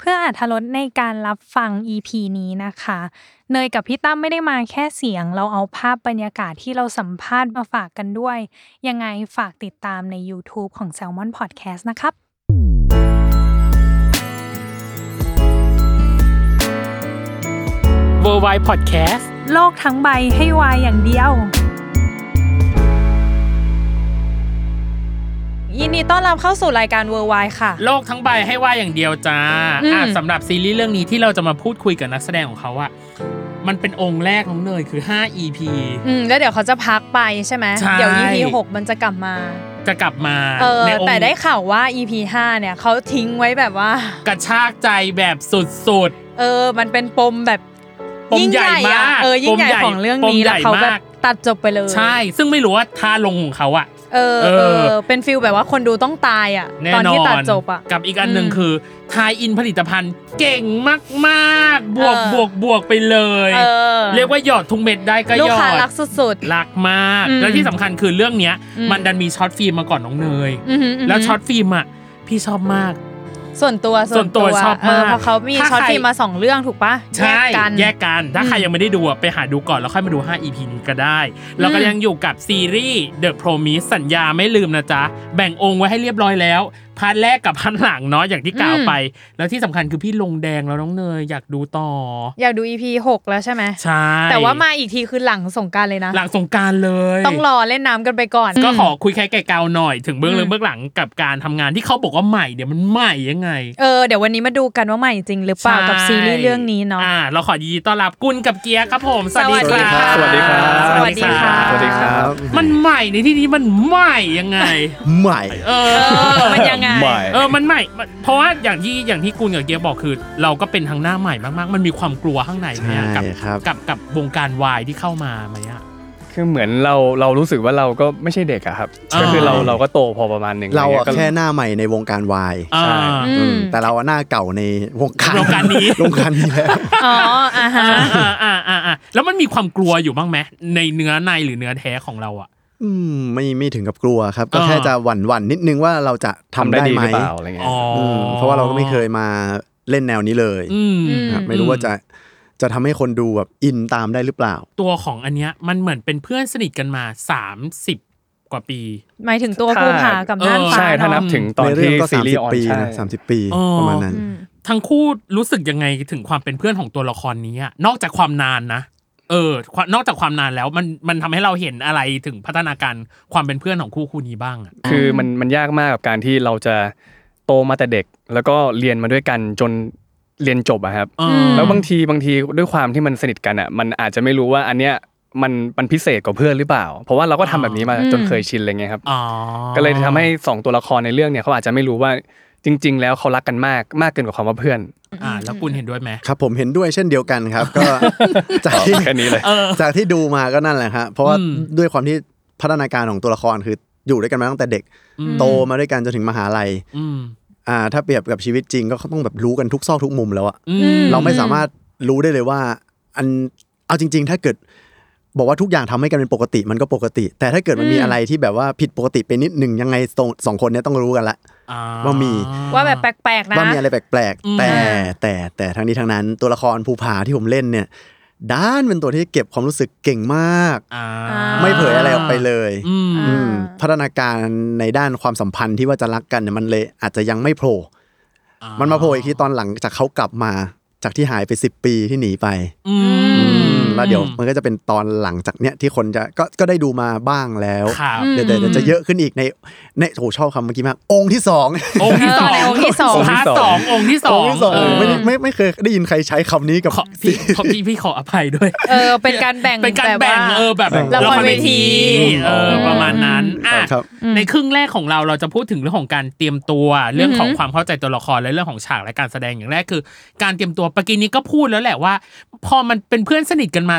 เพื่ออาธรสในการรับฟัง EP นี้นะคะ เนยกับพี่ตั้มไม่ได้มาแค่เสียง เราเอาภาพบรรยากาศที่เราสัมภาษณ์มาฝากกันด้วย ยังไงฝากติดตามใน YouTube ของ Salmon Podcast นะครับ w o r l d w i d e Podcast โลกทั้งใบให้วายอย่างเดียว ยินดีต้อนรับเข้าสู่รายการเวอร์ไวค่ะ โลกทั้งใบให้ว่าอย่างเดียวจ้า อืม อ่ะสำหรับซีรีส์เรื่องนี้ที่เราจะมาพูดคุยกับนักแสดงของเขาอะมันเป็นองค์แรกของเนยคือ 5 EP อืม แล้วเดี๋ยวเขาจะพักไปใช่ไหม ใช่ เดี๋ยว EP 6 มันจะกลับมา จะกลับมา เออ ในองค์ แต่ได้ข่าวว่า EP 5 เนี่ยเขาทิ้งไว้แบบว่า กระชากใจแบบสุด เออ มันเป็นปมแบบ ๆปม ยิ่ง ใหญ่ อะ มาก เออ ยิ่งใหญ่ ปม ของเรื่อง ปม นี้ ให แล้ว ญ่ เขาแบ ม บตัดจบไปเลย ใช่ ซึ่งไม่รู้ว่าท่าลงของเขาอะ เออ เอ เอออเป็นฟิลแบบว่าคนดูต้องตายอ่ะ แน่ ตอน นอ ที่ตัด น จบอ่ะ กับอีกอันหนึ่ง อืม คือทายอินผลิตภัณฑ์เก่งมากๆ บวก เออ บวกบวกไปเลย เออ เรียกว่าหยอดทุกเม็ดได้ก็ ลูก หยอ ค้ารั ด กสุด รักมาก อืม และที่สำคัญคือเรื่องเนี้ย อืม มันดันมีช็อตฟิล์มมาก่อนน้องเนย ๆอือหือหื แล้วช็อตฟิล์มอ่ะ พี่ชอบมาก ส่วนตัว ส่วนตัวชอบมาก เเพราะเขามี ถ้า ช็อต ใคร ที่มาสองเรื่องถูกปะ ใช่ แยกกัน แยกกัน ถ้า อืม ใครยังไม่ได้ดูอะไปหาดูก่อน แล้วค่อยมาดู 5 EP นี้ก็ได้ แล้วก็ อืม ยังอยู่กับซีรีส์ The Promise สัญญาไม่ลืมนะจ๊ะ แบ่งองค์ไว้ให้เรียบร้อยแล้วพาร์ทแรกกับพาร์ทหลังเนาะอย่างที่กล่าวไป แล้วที่สำคัญคือพี่ลงแดงแล้วน้องเนยอยากดูต่อ อยากดู EP 6 แล้วใช่ไหม ใช่ แต่ว่ามาอีกทีคือหลังสงกรารเลยนะ หลังสงกรารเลย ต้องรอเล่นน้ำกันไปก่อน ก็ขอคุยแค่ไก่เกาหน่อยถึงเบื้องลึ อื ก ม เบื้องหลังกับการทำงานที่เขาบอกว่าใหม่เดี๋ยวมันใหม่ยังไง เออ เดี๋ยววันนี้มาดูกันว่าใหม่จริงหรือเปล่ากับซีรีส์เรื่องนี้เนาะ อ่าเราขอยินดีต้อนรับกุลกับเกียร์ครับผมสวัส สวัสดี ดี ค ค รับบรัสวัสดีครับสวัสดีครับ สวัสดีครับ มันใหม่ในที่นี้มันใหม่ยังไง ใหม่ เอ เอ อ อมันยังไง ใหม่ เออมันใหม่มันเพราะว่าอย่างที่อย่างที่กุลกับเกียร์บอกคือ เราก็เป็นทางหน้าใหม่มากๆ มันมีความกลัวข้างในไหม ใช่ อะกับ ครับ กับกับวงการวายที่เข้ามาไหมอะ คือเหมือนเราเรารู้สึกว่าเราก็ไม่ใช่เด็กอะครับ อ่า ก็คือเราเราก็โตพอประมาณหนึ่ง เราอะอะไรเงี้ยก็ แค่หน้าใหม่ในวงการวาย อ่า ใช่ อื อื ม มแต่เราอะหน้าเก่าในวงการ วงการนี้ วงการนี้แหละ อ๋ออ่าฮะ อ่าอ่าอ่าอ่าแล้วมันมีความกลัวอยู่บ้างไหมในเนื้อในหรือเนื้อแท้ของเราอะ อืมไม่ไม่ถึงกับกลัวครับ ก็ อ่า แค่จะหวั่นหวั่นๆนิดนึงว่าเราจะทำ ทำได้ ได้ ดี ไหม หรือเปล่าอะไรเงี้ย อ๋ออ อืมเพราะว่าเราก็ไม่เคยมาเล่นแนวนี้เลย อืม อืม ครับไม่รู้ว่าจะจะทำให้คนดูแบบอินตามได้หรือเปล่า ตัวของอันเนี้ยมันเหมือนเป็นเพื่อนสนิทกันมา 30 กว่าปี หมายถึงตัวภูผากับน่านฟ้า ใช่ถ้านับ เอะ ถึงตอน ในเรื่ ที่ ก็ ซีรีส์ออ30นปี ใช่ นะ30 ปี อ๋อ ประมาณนั้น อืม ทั้งคู่รู้สึกยังไงถึงความเป็นเพื่อนของตัวละครนี้อะนอกจากความนานนะ เออความนอกจากความนานแล้วมันมันทำให้เราเห็นอะไรถึงพัฒนาการความเป็นเพื่อนของคู่คู่นี้บ้างอะ คือมันมันยากมากกับการที่เราจะโตมาแต่เด็ก แล้วก็เรียนมาด้วยกันจนเรียนจบอะครับ เออ ม แล้วบางทีบางทีด้วยความที่มันสนิทกันอะมันอาจจะไม่รู้ว่าอันเนี้ยมันมันพิเศษกว่าเพื่อนหรือเปล่า เพราะว่าเราก็ทำแบบนี้มาจนเคยชินอะไรเงี้ยครับ อ๋อ ก็เลยทำให้สองตัวละครในเรื่องเนี่ยเขาอาจจะไม่รู้ว่าจริง ๆ แล้วเขารักกันมากมากเกินกว่าคำว่าเพื่อน อ่าแล้วคุณเห็นด้วยไหม ครับผมเห็นด้วยเช่นเดียวกันครับ ก็ จากที่ แค่นี้เลย จากที่ดูมาก็นั่นแหละฮะเพราะว่า อืม ด้วยความที่พัฒนาการของตัวละครคืออยู่ด้วยกันมาตั้งแต่เด็ก อืม โตมาด้วยกันจนถึงมหาลัย อืม อ่าถ้าเปรียบกับชีวิตจริงก็ต้องแบบรู้กันทุกซอกทุกมุมแล้วอะ อื ม เราไม่สามารถรู้ได้เลยว่า อันเอาจริง ๆ ถ้าเกิด บอกว่าทุกอย่างทำให้กันเป็นปกติมันก็ปกติ แต่ถ้าเกิดมันมีอะไรที่แบบว่าผิดปกติไปนิดหนึ่งยังไงสองสองคนเนี้ต้องรู้กันละ อ่ ว่ามี ว่าแบบแปลกๆนะ ว่ามีอะไรแปลก อืม ๆ แต่แต่แต่ทั้งนี้ทั้งนั้นตัวละครภูผาที่ผมเล่นเนี่ย ด้านเป็นตัวที่เก็บความรู้สึกเก่งมาก อ่า ไม่เผยอะไรออกไปเลย อืม อืมพัฒนาการในด้านความสัมพันธ์ที่ว่าจะรักกันเนี่ยมันเลยอาจจะยังไม่โผล่มันมาโผล่อีกทีตอนหลังจากเขากลับมาจากที่หายไป 10 ปีที่หนีไป อื อื ม มแล้วเดี๋ยวมันก็จะเป็นตอนหลังจากเนี้ยที่คนจะก็ก็ได้ดูมาบ้างแล้ว ครับ อืม เดี๋ยวเดี๋ยวเดี๋ยวจะเยอะขึ้นอีกในในโอ้โหชอบคำเมื่อกี้มาก องค์ที่สอง องค์ที่สอง เออองค์ที่สอง พาร์ทสององค์ที่สอง ค์ที่สอง เ ไม่ได้ไม่ไม่เคยได้ยินใครใช้คำนี้กับ ขอพี่ขอพี่พี่ขออภัยด้วย เออเป็นการแบ่ง เป็นการ บบ แบ่ง ว่า เออแบบ ละครเวที เออประมาณนั้นอ่ะ ครับ ในครึ่งแรกของเราเราจะพูดถึงเรื่องของการเตรียมตัวเรื่องของความเข้าใจตัวละครและเรื่องของฉากและการแสดงอย่างแรกคือ การเตรียมตัวปกินนี้ก็พูดแล้วแหละว่า พอมันเป็นเพื่อนสนิทกันมา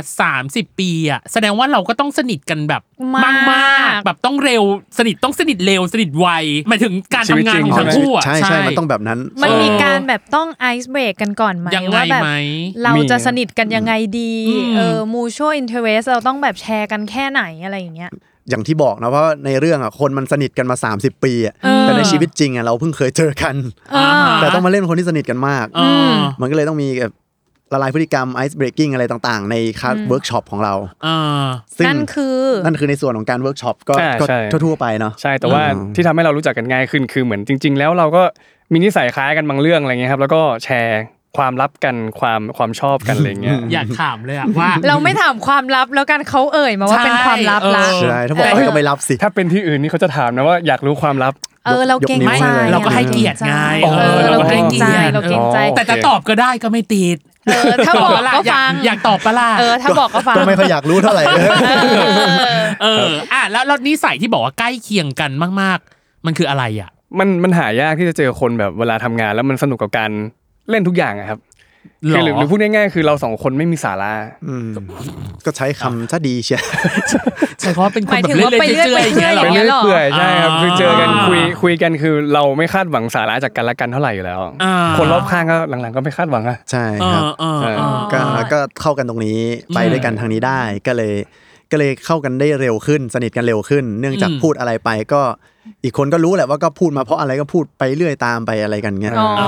30 ปีอ่ะแสดงว่าเราก็ต้องสนิทกันแบบ มาก มากๆแบบต้องเร็วสนิทต้องสนิทเร็วสนิทไวหมายถึงการทำงานของทั้งคู่อ่ะ ใช่ใช่มันต้องแบบนั้น มันมี เออ การแบบต้องไอซ์เบรกกันก่อนไหม ยังไง ว่าแบบ ไหม เราจะสนิทกันยังไงดี อืม เออมูช i อินเทอร์เสเราต้องแบบแชร์กันแค่ไหนอะไรอย่างเงี้ย อย่างที่บอกนะว่าในเรื่องอ่ะคนมันสนิทกันมา 30 ปีอ่ะ เออ แต่ในชีวิตจริงอ่ะเราเพิ่งเคยเจอกัน เออ แต่ต้องมาเล่นคนที่สนิทกันมาก เออ มันก็เลยต้องมีแบบละลายพฤติกรรมไอซ์เบรกกิ้งอะไรต่างๆ ในคลาสเวิร์กช็อปของเรา เออ ซึ่ง นั่นคือ นั่นคือในส่วนของการเวิร์กช็อปก็ อ่า ก็ ใช่ ทั่วๆไปเนาะ ใช่แต่ว่า อืม ที่ทำให้เรารู้จักกันง่ายขึ้นคือเหมือนจริง ๆ แล้วเราก็มีนิสัยคล้ายกันบางเรื่องอะไรเงี้ยครับแล้วก็แชร์ความลับกันความความชอบกันอะไรเงี้ย อยากถามเลยอะว่า เราไม่ถามความลับแล้วกันเขาเอ่ยมาว่า ใช่ เป็นความลับละ เออ ใช่ถ้าบอกเอ้ยก็ไม่รับสิ ถ้าเป็นที่อื่นนี่เขาจะถามนะว่าอยากรู้ความลับ เออ เราเกรง ยกนิ้ว ใจ ให้เลย เราก็ให้เกียรติไง อ๋อ เออเราเกรงใจเราเกรงใจ โอค แต่จะตอบก็ได้ก็ไม่ติด เออถ้าบอกก็ อยา ฟัง อยากตอบปะล่ะ เออถ้าบอกก็ฟัง ก็ไม่ค่อยอยากรู้เท่าไหร่เลย เออ เอออ่ะแล้วแล้วนิสัยที่บอกว่าใกล้เคียงกันมาก ๆ มันคืออะไรอ่ะ มันมันหายากที่จะเจอคนแบบเวลาทำงานแล้วมันสนุกกับการเล่นทุกอย่างอะครับ หรอ คือหรือหรือพูดง่ายๆคือเราสองคนไม่มีสาระ ก็ใช้คำซะดีเชียว ใช่เพราะเป็นคนแบหมายบถึง เล่ ว่าน ๆ ไปเรื่อย เจื่อยๆอย่างเงี้ไปงั้ยเหรอเป็นหรเรื่อนยอ เปื่อยใช่ครับ อ่า คือเจอกันคุยคุยกันคือเราไม่คาดหวังสาระจากกันและกันเท่าไหร่อยู่แล้ว อ่า คนรอบข้างก็หลังๆก็ไม่คาดหวังอะ ใช่ เอ ครับ อเออเออ ก็ก็เข้ากันตรงนี้ไปด้วยกันทางนี้ได้ก็เลย ก็เลยเข้ากันได้เร็วขึ้น สนิทกันเร็วขึ้น เนื่องจาก อืม พูดอะไรไปก็ อีกคนก็รู้แหละว่าก็พูดมาเพราะอะไรก็พูดไปเรื่อยตามไปอะไรกันเงี้ย อ๋อ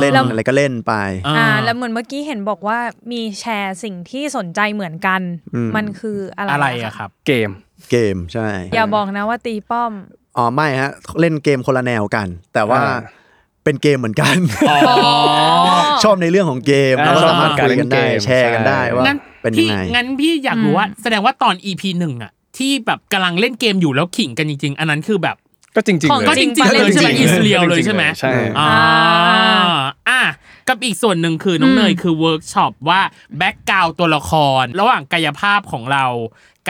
เล่น แล้ว อะไรก็เล่นไป อ่าแล้วเหมือนเมื่อกี้เห็นบอกว่ามีแชร์สิ่งที่สนใจเหมือนกัน อืม มันคืออะไร อะไรอะครับ เกม เกมใช่ อย่าบอกนะว่าตีป้อม อ๋อไม่ฮะ เล่นเกมคนละแนวกัน แต่ว่า อ่า เป็นเกมเหมือนกัน อ๋อ ชอบในเรื่องของเกม อ่า แล้วก็สามารถคุยกันได้ ชอบการเล่นเกม แชร์กันได้ ใช่ ว่า งั้น เป็นยั พี่ งไง งั้นพี่อยากรู้ว่า แสดงว่าตอน EP หนึ่งอะที่แบบกำลังเล่นเกมอยู่แล้วขิงกันจริง ๆ อันนั้นคือแบบ ก็จริงๆ ของ เลย ก็จริงๆเลยใช่ไหม อิสเรียลเลยใช่ไหม ใช่ อ่าอ่ะกับอีกส่วนหนึ่งคือน้องเนยคือเวิร์กช็อปว่าแบ็กกราวตัวละคร ระหว่างกายภาพของเรา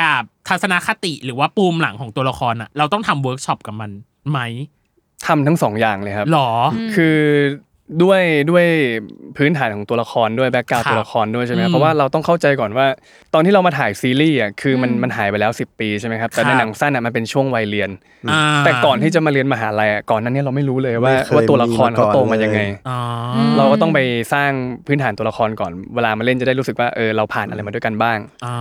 กับทัศนคติหรือว่าปูมหลังของตัวละครอ่ะ เราต้องทำเวิร์กช็อปกับมันไหม ทำทั้งสองอย่างเลยครับ หรอ คือด้วยด้วยพื้นฐานของตัวละครด้วยแบ็กกราว ครับ ตัวละครด้วยใช่ไหม อืม เพราะว่าเราต้องเข้าใจก่อนว่า ตอนที่เรามาถ่ายซีรีส์อ่ะคือมันมันหายไปแล้ว 10 ปีใช่ไหมครับแต่คในรับ หนังสั้นอ่ะมันเป็นช่วงวัยเรียน อ่า แต่ก่อนที่จะมาเรียนมหาลัยอ่ะก่อนหนั้นเนี่ยเราไม่รู้เลยว่า ไม่เคย ว่าตัวละคร มีมาก่ เขา อน โตมายังไง เลย อ๋อ เราก็ต้องไปสร้างพื้นฐานตัวละครก่อนเวลามาเล่นจะได้รู้สึกว่าเออเราผ่านอะไรมาด้วยกันบ้าง อ่า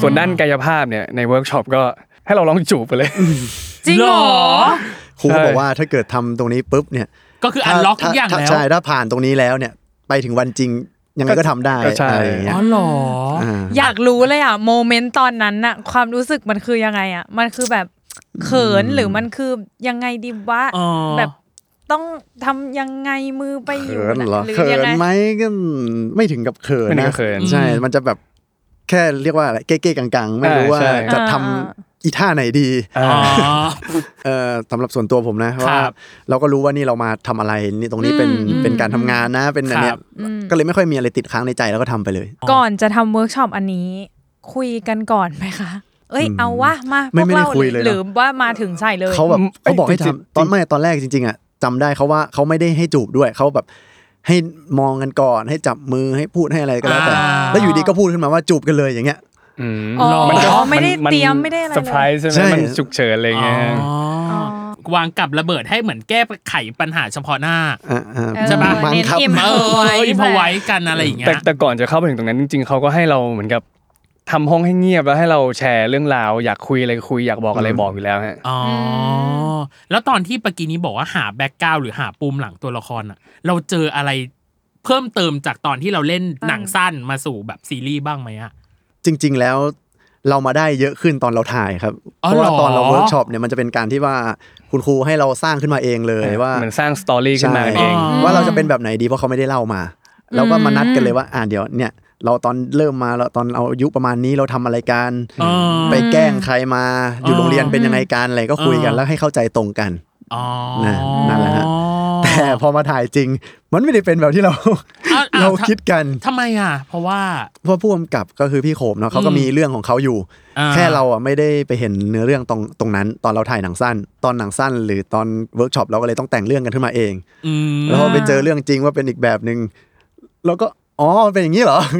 ส่วนด้านกายภาพเนี่ยในเวิร์กช็อปก็ให้เราลองจูบไปเลย จริงเหรอ ครูก็บอกว่าถ้าเกิดทำตรงนี้ปุ๊บเนี่ย ก็คืออันล็อกทุกอย่าง ถ้ แล้ว ใช่ถ้าผ่านตรงนี้แล้วเนี่ย ไปถึงวันจริงยังไงก็ทำได้ ก็ใช่ อะไรอย่างเงี้ อ๋ ย อเหรอ อ่า อยากรู้เลยอ่ะโมเมนต์ตอนนั้นน่ะความรู้สึกมันคือยังไงอ่ะมันคือแบบเขินหรือมันคือยังไงดีวะ อ๋อ แบบต้องทำยังไงมือไปอยู่ เขิน น่ะ เหรอ หรือ เขิ ยัง น ไง ไหมก็ไม่ถึงกับเขิน ไม่ถึงกั นะ บเขิน ใช่ มันจะแบบแค่เรียกว่าอะไรเก๊ๆกังๆ ไม่รู้ว่า อ่าใช่ จะทำ อ่า อีท่าไหนดี อ๋อ เอ่อสำหรับส่วนตัวผมนะว่า ครับ เราก็รู้ว่านี่เรามาทำอะไรนี่ตรงนี้เป็นเป็นการทำงานนะเป็นอันคเนี้ย รับ ก็เลยไม่ค่อยมีอะไรติดค้างในใจแล้วก็ทำไปเลย ก่อนจะทำเวิร์กช็อปอันนี้ คุยกันก่อนไหมคะ เอ้ย อืม เอาวะมาพ ไม่ วก ไม่ได้ เรา คุยเลยนะ หรือว่ามาถึงใส่เลย เขาแบบ เอ้ย เขาบอกให้ จริงทำๆตอนไม่ตอนแรกจริงๆอ่ะจำได้เขาว่าเขาไม่ได้ให้จูบด้วยเขาแบบให้มองกันก่อนให้จับมือให้พูดให้อะไรก็แล้วแต่ อ่า แล้วอยู่ดีก็พูดขึ้นมาว่าจูบกันเลยอย่างเงี้ย อืม อ๋อ มันก็ ไม่ได้ น เตรียมไม่ได้อะไร เซอร์ไพร เลย ส์ใช่ไหม ใช่ มันฉุกเฉินอะไรอย่างเงี้ย อ๋อวางกับระเบิดให้เหมือนแก้ไขปัญหาเฉพาะหน้า อ่าอ่า เออ ใช่ปะ บัง เน้น คับ เอ็ม เอ เอ อ ไว้ อิมพอไว้กันอะไรอย่างเงี้ย แต่แต่ก่อนจะเข้าไปถึงตรงนั้นจริงๆเขาก็ให้เราเหมือนกับทำห้องให้เงียบแล้วให้เราแชร์เรื่องราว อยากคุยอะไรคุยอยากบอกอะไรบอกอยู่แล้วฮะ อ๋ออแล้วตอนที่ปากีนี้บอกว่าหาแบ็กกราวหรือหาปูมหลังตัวละครอ่ะ เราเจออะไร เพิ่มเติมจากตอนที่เราเล่นหนังสั้นมาสู่แบบซีรีส์บ้างไหมอะ จริง ๆ แล้วเรามาได้เยอะขึ้นตอนเราถ่ายครับ อ๋อ เพราะว่าตอนเรา เหรอ เวิร์กช็อปเนี่ยมันจะเป็นการที่ว่าคุณครูให้เราสร้างขึ้นมาเองเลยว่า มันสร้างสตอรี่ขึ้นมาเอง อ๋อ ว่าเราจะเป็นแบบไหนดีเพราะเขาไม่ได้เล่ามา เราก็มานัดกันเลยว่าอ่าเดี๋ยวเนี่ย เราตอนเริ่มมาเราตอนเราอายุประมาณนี้เราทำอะไรกัน เออ ไปแกล้งใครมาอยู่โรงเรียนเป็นยังไงกันอะไรก็คุยกัน เออ แล้วให้เข้าใจตรงกัน อ๋อ นั่นนั่นแหละฮะ แต่พอมาถ่ายจริง มันไม่ได้เป็นแบบที่ เรา อ้วอ้ว เราคิดกัน ทำไมอ่ะ เพราะว่า เพราะผู้กำกับก็คือพี่โขมเนาะเขาก็มีเรื่องของเขาอยู่ อ่า แค่เราอ่ะไม่ได้ไปเห็นเนื้อเรื่องตรงตรงนั้น ตอนเราถ่ายหนังสั้น ตอนหนังสั้น หรือตอนเวิร์กช็อปเราก็เลยต้องแต่งเรื่องกันขึ้นมาเอง อืม แล้วพอไปเจอเรื่องจริงว่าเป็นอีกแบบหนึ่งเราก็อ๋อมันเป็นอย่างนี้เหร อ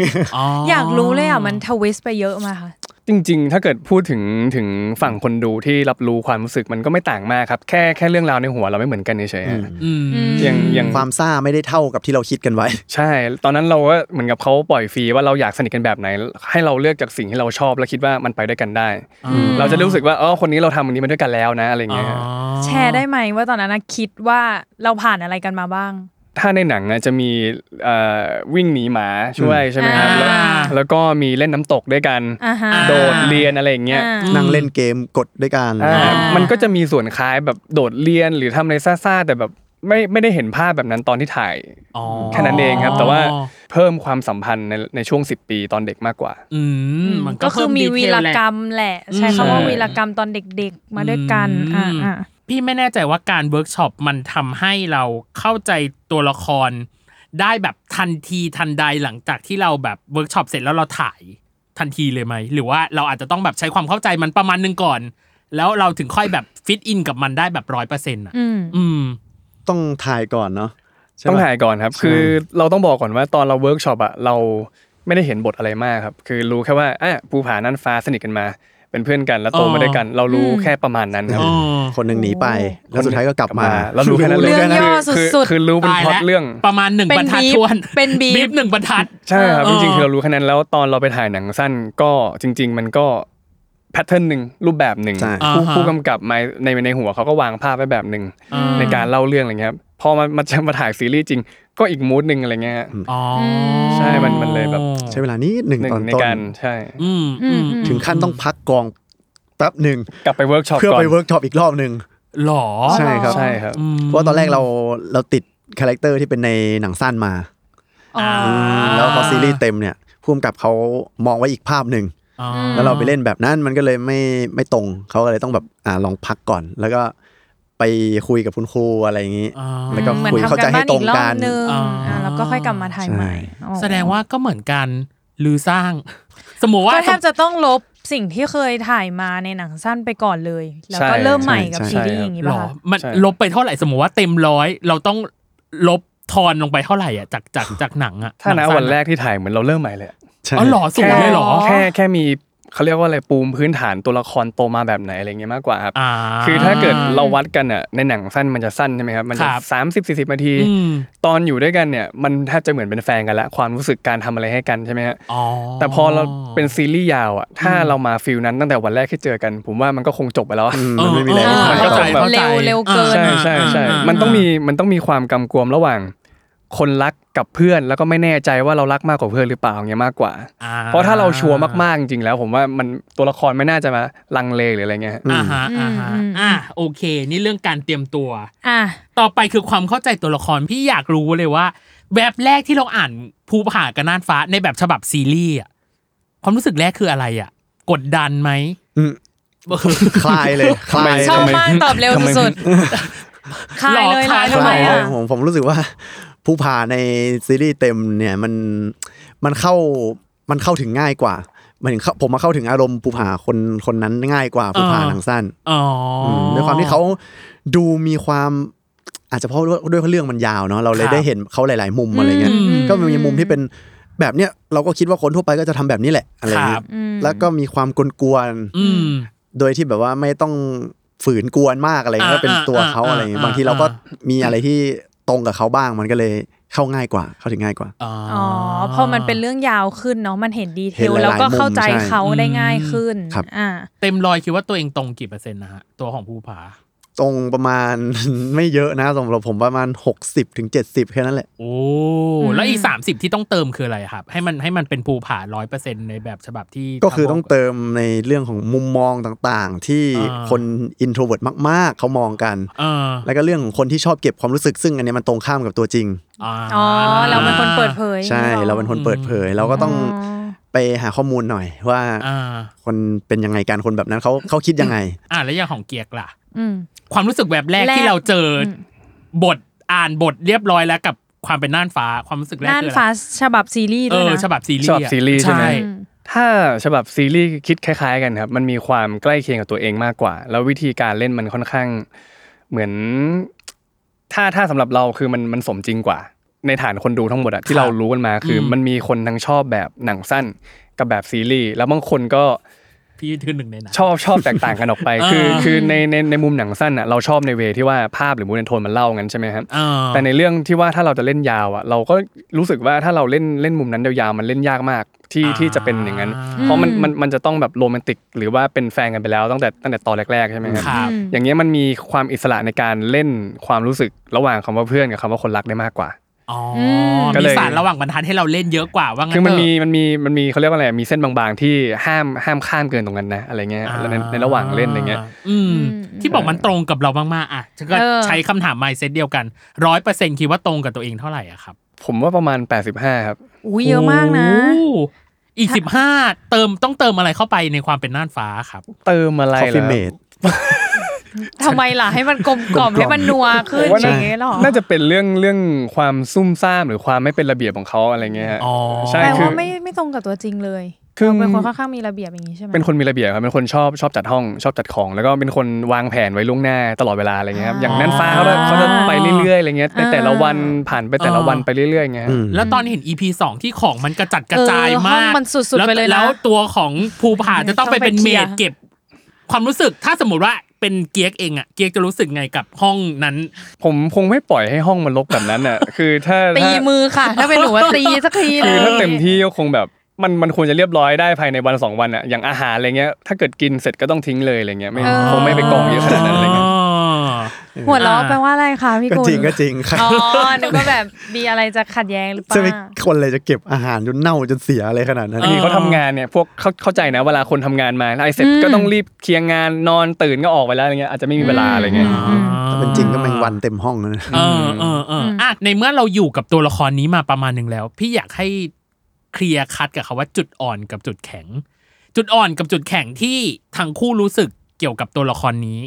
อยากรู้เลยอ่ะมันทวิสต์ไปเยอะมาค่ะ จริงๆ ถ้าเกิดพูดถึงถึงฝั่งคนดูที่รับรู้ความรู้สึกมันก็ไม่ต่างมากครับ แค่แค่เรื่องราวในหัวเราไม่เหมือนกันเฉยๆฮะ อืม อย่างอย่าง ความซ่าไม่ได้เท่ากับที่เราคิดกันไว้ ใช่ ตอนนั้นเราก็เหมือนกับเขาปล่อยฟรีว่าเราอยากสนิทกันแบบไหน ให้เราเลือกจากสิ่งที่เราชอบแล้วคิดว่ามันไปด้วยกันได้ เราจะรู้สึกว่าอ๋อคนนี้เราทำอันนี้มาด้วยกันแล้วนะอะไรอย่างเงี้ยฮะ แชร์ได้ไหมว่าตอนนั้นนะคิดว่าเราผ่านอะไรกันมาบ้าง ถ้าในหนังอะจะมีเอ่อวิ่งหนีหมาช่วยใช่ไหมครับ อ่า แล้วแล้วก็มีเล่นน้ำตกด้วยกัน อ่าฮะ โดดเรียนอะไรอย่างเงี้ย อ่า นั่งเล่นเกมกดด้วยกัน อ่ามันก็จะมีส่วนคล้ายแบบโดดเรียนหรือทำอะไรซ่าๆแต่แบบไม่ไม่ได้เห็นภาพแบบนั้นตอนที่ถ่าย อ๋อ แค่นั้นเองครับ แต่ว่าเพิ่มความสัมพันธ์ในในช่วง 10 ปีตอนเด็กมากกว่า อืมมันก็ ก็คือ เพิ่ มี ดีเทล วีร แหละ กรรมแหละ ใช้ อืม คำว่าวีรกรรมตอนเด็กๆ มาด้วยกันอ่าอ่า พี่ไม่แน่ใจว่าการเวิร์กช็อปมันทำให้เราเข้าใจตัวละคร ได้แบบทันทีทันใดหลังจากที่เราแบบเวิร์กช็อปเสร็จแล้วเราถ่ายทันทีเลยไหม หรือว่าเราอาจจะต้องแบบใช้ความเข้าใจมันประมาณหนึงก่อน แล้วเราถึงค่อยแบบฟิตอินกับมันได้แบบร้อยเปอร์เซ็นต์อ่ะ อืม อืม ต้องถ่ายก่อนเนาะใช่ปะ ต้องถ่ายก่อนครับ ใช่ คือเราต้องบอกก่อนว่าตอนเราเวิร์กช็อปอะเราไม่ได้เห็นบทอะไรมากครับ คือรู้แค่ว่าอ่ะภูผานั่นฟ้าสนิทกันมา เป็นเพื่อนกันแล้วโตมาด้วยกัน เรารู้ อืม แค่ประมาณนั้นครับ อ๋อ คนหนึ่งหนีไป แล้วสุดท้ายก็กลับมา แล้วรู้แค่นั้นเลย เรื่องย่อ คือ สุดๆ คือรู้เป็นพล็อตเรื่อง ประมาณหนึ่ง เป็ บร น รทัด บีฟ ทวน เป็นบีฟ ฟหนึ่งบรรทัด ใช่ครับ เออ จริงๆคือเรารู้แค่นั้นแล้วตอนเราไปถ่ายหนังสั้นก็จริง ๆ มันก็แพทเทิร์นหนึ่งรูปแบบหนึ่ง ใช่ อ่า ผู้ ฮะ ผู้กำกับมาในในหัวเขาก็วางภาพไว้แบบหนึ่งในการเล่าเรื่องอะไรเงี้ยครับพอมามาจะมาถ่ายซีรีส์จริง ก็อีกมูดหนึ่งอะไรเงี้ยฮะ อ๋อ ใช่มันมันเลยแบบ ใช้เวลานี้หนึ่ง หนึ่ง ตอน ใน ต้น การใช่ อืมอืม ถึงขั้นต้องพักกองแป๊บหนึ่ง กลับไปเวิร์กช็อป เพื่อ ก่อน ไปเวิร์กช็อปอีกรอบหนึ่ง หรอ ใช่ครับ ใช่ครับ เพราะว่าตอนแรกเราเราติดคาแรคเตอร์ที่เป็นในหนังสั้นมา อ่า แล้วพอซีรีส์เต็มเนี่ยพุ่มกับเขามองไว้อีกภาพหนึ่ง อ๋อ แล้วเราไปเล่นแบบนั้นมันก็เลยไม่ไม่ตรงเขาก็เลยต้องแบบอ่าลองพักก่อน แล้วก็ไปคุยกับคุณครูอะไรอย่างนี้ อ่า แล้วก็ เหมือน คุย ทำ เข้าใจ กัน ให้ บ้าน ตร อี ง กรอ กับ น นึง อ่า อ่าแล้วก็ค่อยกลับมาถ่ายใหม่อ๋อ แสดงว่าก็เหมือนกันหรือสร้าง สมมติว่า ก็แทบจะต้องลบสิ่งที่เคยถ่ายมาในหนังสั้นไปก่อนเลย แล้วก็ ใช่ เริ่มใหม่กับ ใช่ ซีรีส์ ใช่ อย่างนี้ หร ป่ะ อ คะ มัน ใช่ ลบไปเท่าไหร่สมมติว่าเต็มร้อยเราต้องลบทอนลงไปเท่าไหร่อ่ะจากจากจากหนังอ่ะ ถ้า ห นะ งสั้ วันแรกที่ถ่ายเหมือนเราเริ่มใหม่เลยอะ ใช่ อ๋อหรอสูง แค่ เลยเหรอ แค่แค่มีเขาเรียกว่าอะไรปูมพื้นฐานตัวละครโตมาแบบไหนอะไรเงี้ยมากกว่าครับ อ่า คือถ้าเกิดเราวัดกันอ่ะในหนังสั้นมันจะสั้นใช่ไหมครับมัน ค จะ รับ สามสิบสี่สิบนาที อืม ตอนอยู่ด้วยกันเนี่ยมันแทบจะเหมือนเป็นแฟนกันละความรู้สึกการทำอะไรให้กันใช่ไหมฮะ อ๋อ แต่พอเราเป็นซีรีส์ยาวอ่ะถ้าเรามาฟิลนั้นตั้งแต่วันแรกที่เจอกัน ผมว่ามันก็คงจบไปแล้วอะ อืมมันไม่มีอะไร เออ ให้ มันก็ ต ต ร รง ง แบบ เร็วเร็ว อ่า เกิน ใช่ใช่ใช่ อ่าอ่ามั มันต้องมีมันต้องมีความกำกวมระหว่าง คนรักกับเพื่อนแล้วก็ไม่แน่ใจว่าเรารักมากกว่าเพื่อนหรือเปล่าอย่างเงี้ยมากกว่า อ่ เพราะถ้าเราชัวร์มากๆจริงๆแล้ว ผมว่ามันตัวละครไม่น่าจะมาลังเลหรืออะไรเงี้ยฮะ อ่าฮะอ่าฮะ อืมอืม อ่าโอเค นี่เรื่องการเตรียมตัว อ่ะ ต่อไปคือความเข้าใจตัวละครพี่อยากรู้เลยว่า แบบแรกที่เราอ่านภูผากับน่านฟ้าในแบบฉบับซีรีส์อะความรู้สึกแรกคืออะไรอะกดดันไหม อืม คลายเลยคลาย ทำชอบ เลยไมากตอบเร็ว ทำไม สุดๆคลายเลยนะทำไม คลาย อ่ะ ผมผมรู้สึกว่า ผู้พาในซีรีส์เต็มเนี่ยมันมันเข้ามันเข้าถึงง่ายกว่าหมายถึงเข้าผมมาเข้าถึงอารมณ์ภูผาคนคนนั้นง่ายกว่าภูผาหนังสั้น อ๋ออ มด้วยความที่เขาดูมีความอาจจะเพราะด้วยด้วยเรื่องมันยาวเนาะเราเล ค ย รับ ได้เห็นเขาหลาย ๆ มุมอะไรเงี้ย อืม ก็มีมุมที่เป็นแบบเนี้ยเราก็คิดว่าคนทั่วไปก็จะทำแบบนี้แหละอะไร ค เงี้ รั ย บ แล้วก็มีความกวน อืม ๆโดยที่แบบว่าไม่ต้องฝืนกวนมากอะไรเงี้ย อ่า ก็เป็นตัวเขา อ่า อะไรเงี้ย อ่า บางทีเราก็ อ่ มีอะไรที่ตรงกับเขาบ้างมันก็เลยเข้าง่ายกว่า เข้าถึงง่ายกว่า อ๋อ อ๋อพอมันเป็นเรื่องยาวขึ้นเนาะมันเห็นดีเท เห็น ล หลายๆ แล้วก็เข้าใจ มุมใช่ เขาได้ง่ายขึ้น ครับ อ่า เต็มรอยคิดว่าตัวเองตรงกี่เปอร์เซ็นต์นะฮะตัวของภูผา ตรงประมาณ ไม่เยอะนะสำหรับผมประมาณ 60ถึง70 แค่นั้นแหละ โอ้แล้วอีก 30 ที่ต้องเติมคืออะไรครับ ให้มันให้มันเป็นภูผาร้อยเปอร์เซ็นในแบบฉบับที่ ก็คือต้องเติมในเรื่องของมุมมองต่างๆ ที่ อ่า คนอินโทรเวิร์ตมากๆ เขามองกัน เออ แล้วก็เรื่องของคนที่ชอบเก็บความรู้สึกซึ่งอันเนี้ยมันตรงข้ามกับตัวจริง อ๋ อ๋อเราเป็นคนเปิดเผย ใช่ เราเป็นคนเปิดเผย เราก็ต้องไปหาข้อมูลหน่อยว่า อ่า คนเป็นยังไงการคนแบบนั้นเขาเขาคิดยังไง อ่าแล้วอย่างของเกียกล่ะ อืม ความรู้สึกแบบแรก แรก ที่เราเจออบทอ่านบทเรียบร้อยแล้วกับความเป็นน่านฟ้าความรู้สึกแรก น่าน คืออะไร ฟ้าฉบับซีรีส์ เอ ด้วย อ นะ ฉบับซีรี ฉ ส์ บับ อะ ซีรีส์ใช่ไหม ใช่ ถ้าฉบับซีรีส์คิดคล้ายๆกันครับ มันมีความใกล้เคียงกับตัวเองมากกว่า แล้ววิธีการเล่นมันค่อนข้างเหมือน ถ้าถ้าสำหรับเราคือมันมันสมจริงกว่า ในฐานคนดูทั้งหมดอะที่เรารู้กันมาคืออ ม มันมีคนทั้งชอบแบบหนังสั้นกับแบบซีรีส์แล้วบางคนก็ พี่คือหนึ่งในนั้น ชอบชอบแตกต่างกันออกไป อ่า คือคือในในในมุมหนังสั้นอ่ะเราชอบในเวที่ว่าภาพหรือมูดแอนโทนมันเล่างั้นใช่ไหมครับ เออ แต่ในเรื่องที่ว่าถ้าเราจะเล่นยาวอ่ะเราก็รู้สึกว่าถ้าเราเล่นเล่นมุมนั้นยาวๆมันเล่นยากมากที่ที่จะเป็นอย่างนั้น เพราะมันมันมันจะต้องแบบโรแมนติกหรือว่าเป็นแฟนกันไปแล้วตั้งแต่ตั้งแต่ตอนแรกๆใช่ไหมค ค รั รับ อย่างเงี้ยมันมีความอิสระในการเล่นความรู้สึกระหว่างคำว่าเพื่อนกับคำว่าคนรักได้มากกว่า อ๋อ ก็ มี เลย สารระหว่างบรรทัดให้เราเล่นเยอะกว่าว่างั้น คือมัน เถะ มีมันมีมันมีเขาเรียกว่าอะไรมีเส้นบางๆ ที่ห้ามห้ามข้ามเกินตรงนั้นนะอะไรเงี้ยแล้วในในระหว่างเล่นอะไรเงี้ย อืม ที่บอกมันตรงกับเรามากๆอ่ะฉันก็ เออ ใช้คำถามไมเซ็ตเดียวกันร้อยเปอร์เซ็นคิดว่าตรงกับตัวเองเท่าไหร่อ่ะครับ ผมว่าประมาณ 85 ครับ อุ้ยเยอะมากนะ โอ้อีกสิบห้าเติมต้องเติมอะไรเข้าไปในความเป็นน่านฟ้าครับ เติมอะไร Coffee ล่ะ Mate ทำไมล่ะ ให้มันกลมกล่อมให้มันนัวขึ้น ผมว่า อ น่า ย่างเงี้ยหรอ น่าจะเป็นเรื่องเรื่องความซุ่มซ่ามหรือความไม่เป็นระเบียบของเขาอะไรเงี้ยฮะ อ๋อ ใช่ แปล คือ ว่าไม่ไม่ตรงกับตัวจริงเลย คือ เป็นคนค่อนข้างมีระเบียบอย่างนี้ใช่ไหม เป็นคนมีระเบียบครับเป็นคนชอบชอบจัดห้องชอบจัดของ แล้วก็เป็นคนวางแผนไว้ล่วงหน้าตลอดเวลาอะไรเงี้ยครับอย่างนั้นฟ้าเขาจะเขาจะไปเรื่อยๆอะไรเงี้ยในแต่ละวันผ่านไปแต่ละวันไปเรื่อยๆอย่างเงี้ยฮะ แล้วตอนเห็น EP สองที่ของมันกระจัดกระจาย เออ มาก ห้องมันสุดๆ แล้ว ไปเลยนะ แล้วตัวของภูผาจะต้องไปเป็น ต้องไปเคลี เม ยร์ ดเก็บ ความรู้สึกถ้าสมมติว่าเป็นเกียกเองอ่ะเกียกจะรู้สึกไงกับห้องนั้น ผมคงไม่ปล่อยให้ห้องมันรกแบบนั้นอ่ะ คือถ้า ตี ถ้า มือค่ะ ถ้าเป็นหนูอะตีสักทีเล คื ย อถ้าเต็มที่ก็คงแบบมันมันควรจะเรียบร้อยได้ภายในวันสองวันอ่ะอย่างอาหารอะไรเงี้ยถ้าเกิดกินเสร็จก็ต้องทิ้งเลยอะไรเงี้ยไม่ เออ คงไม่ไปกองเยอะขนาดนั้นอะไรเงี้ย หัวเราะแปลว่าอะไรคะพี่ ก็ กุล จริงก็จริงครับ อ๋อนึกว่าแบบมีอะไรจะขัดแย้งหรือเปล่า จะมีคนอะไรจะเก็บอาหารจนเน่าจนเสียอะไรขนาดนั้น อันนี้เขาทำงานเนี่ยพวกเขาเข้าใจนะเวลาคนทำงานมาแล้วไอ้เสร็จก็ต้องรีบเคลียร์งานนอนตื่นก็ออกไปแล้วอะไรเงี้ยอาจจะไม่มีเวลาอะไรเงี้ย ถ้าเป็นจริงก็แมงวันเต็มห้องนะ เออเออเอออ่ะในเมื่อเราอยู่กับตัวละครนี้มาประมาณหนึ่งแล้ว พี่อยากให้เคลียร์คัดกับคาว่าจุดอ่อนกับจุดแข็ง จุดอ่อนกับจุดแข็งที่ทั้งคู่รู้สึกเกี่ยวกับตัวละครนี้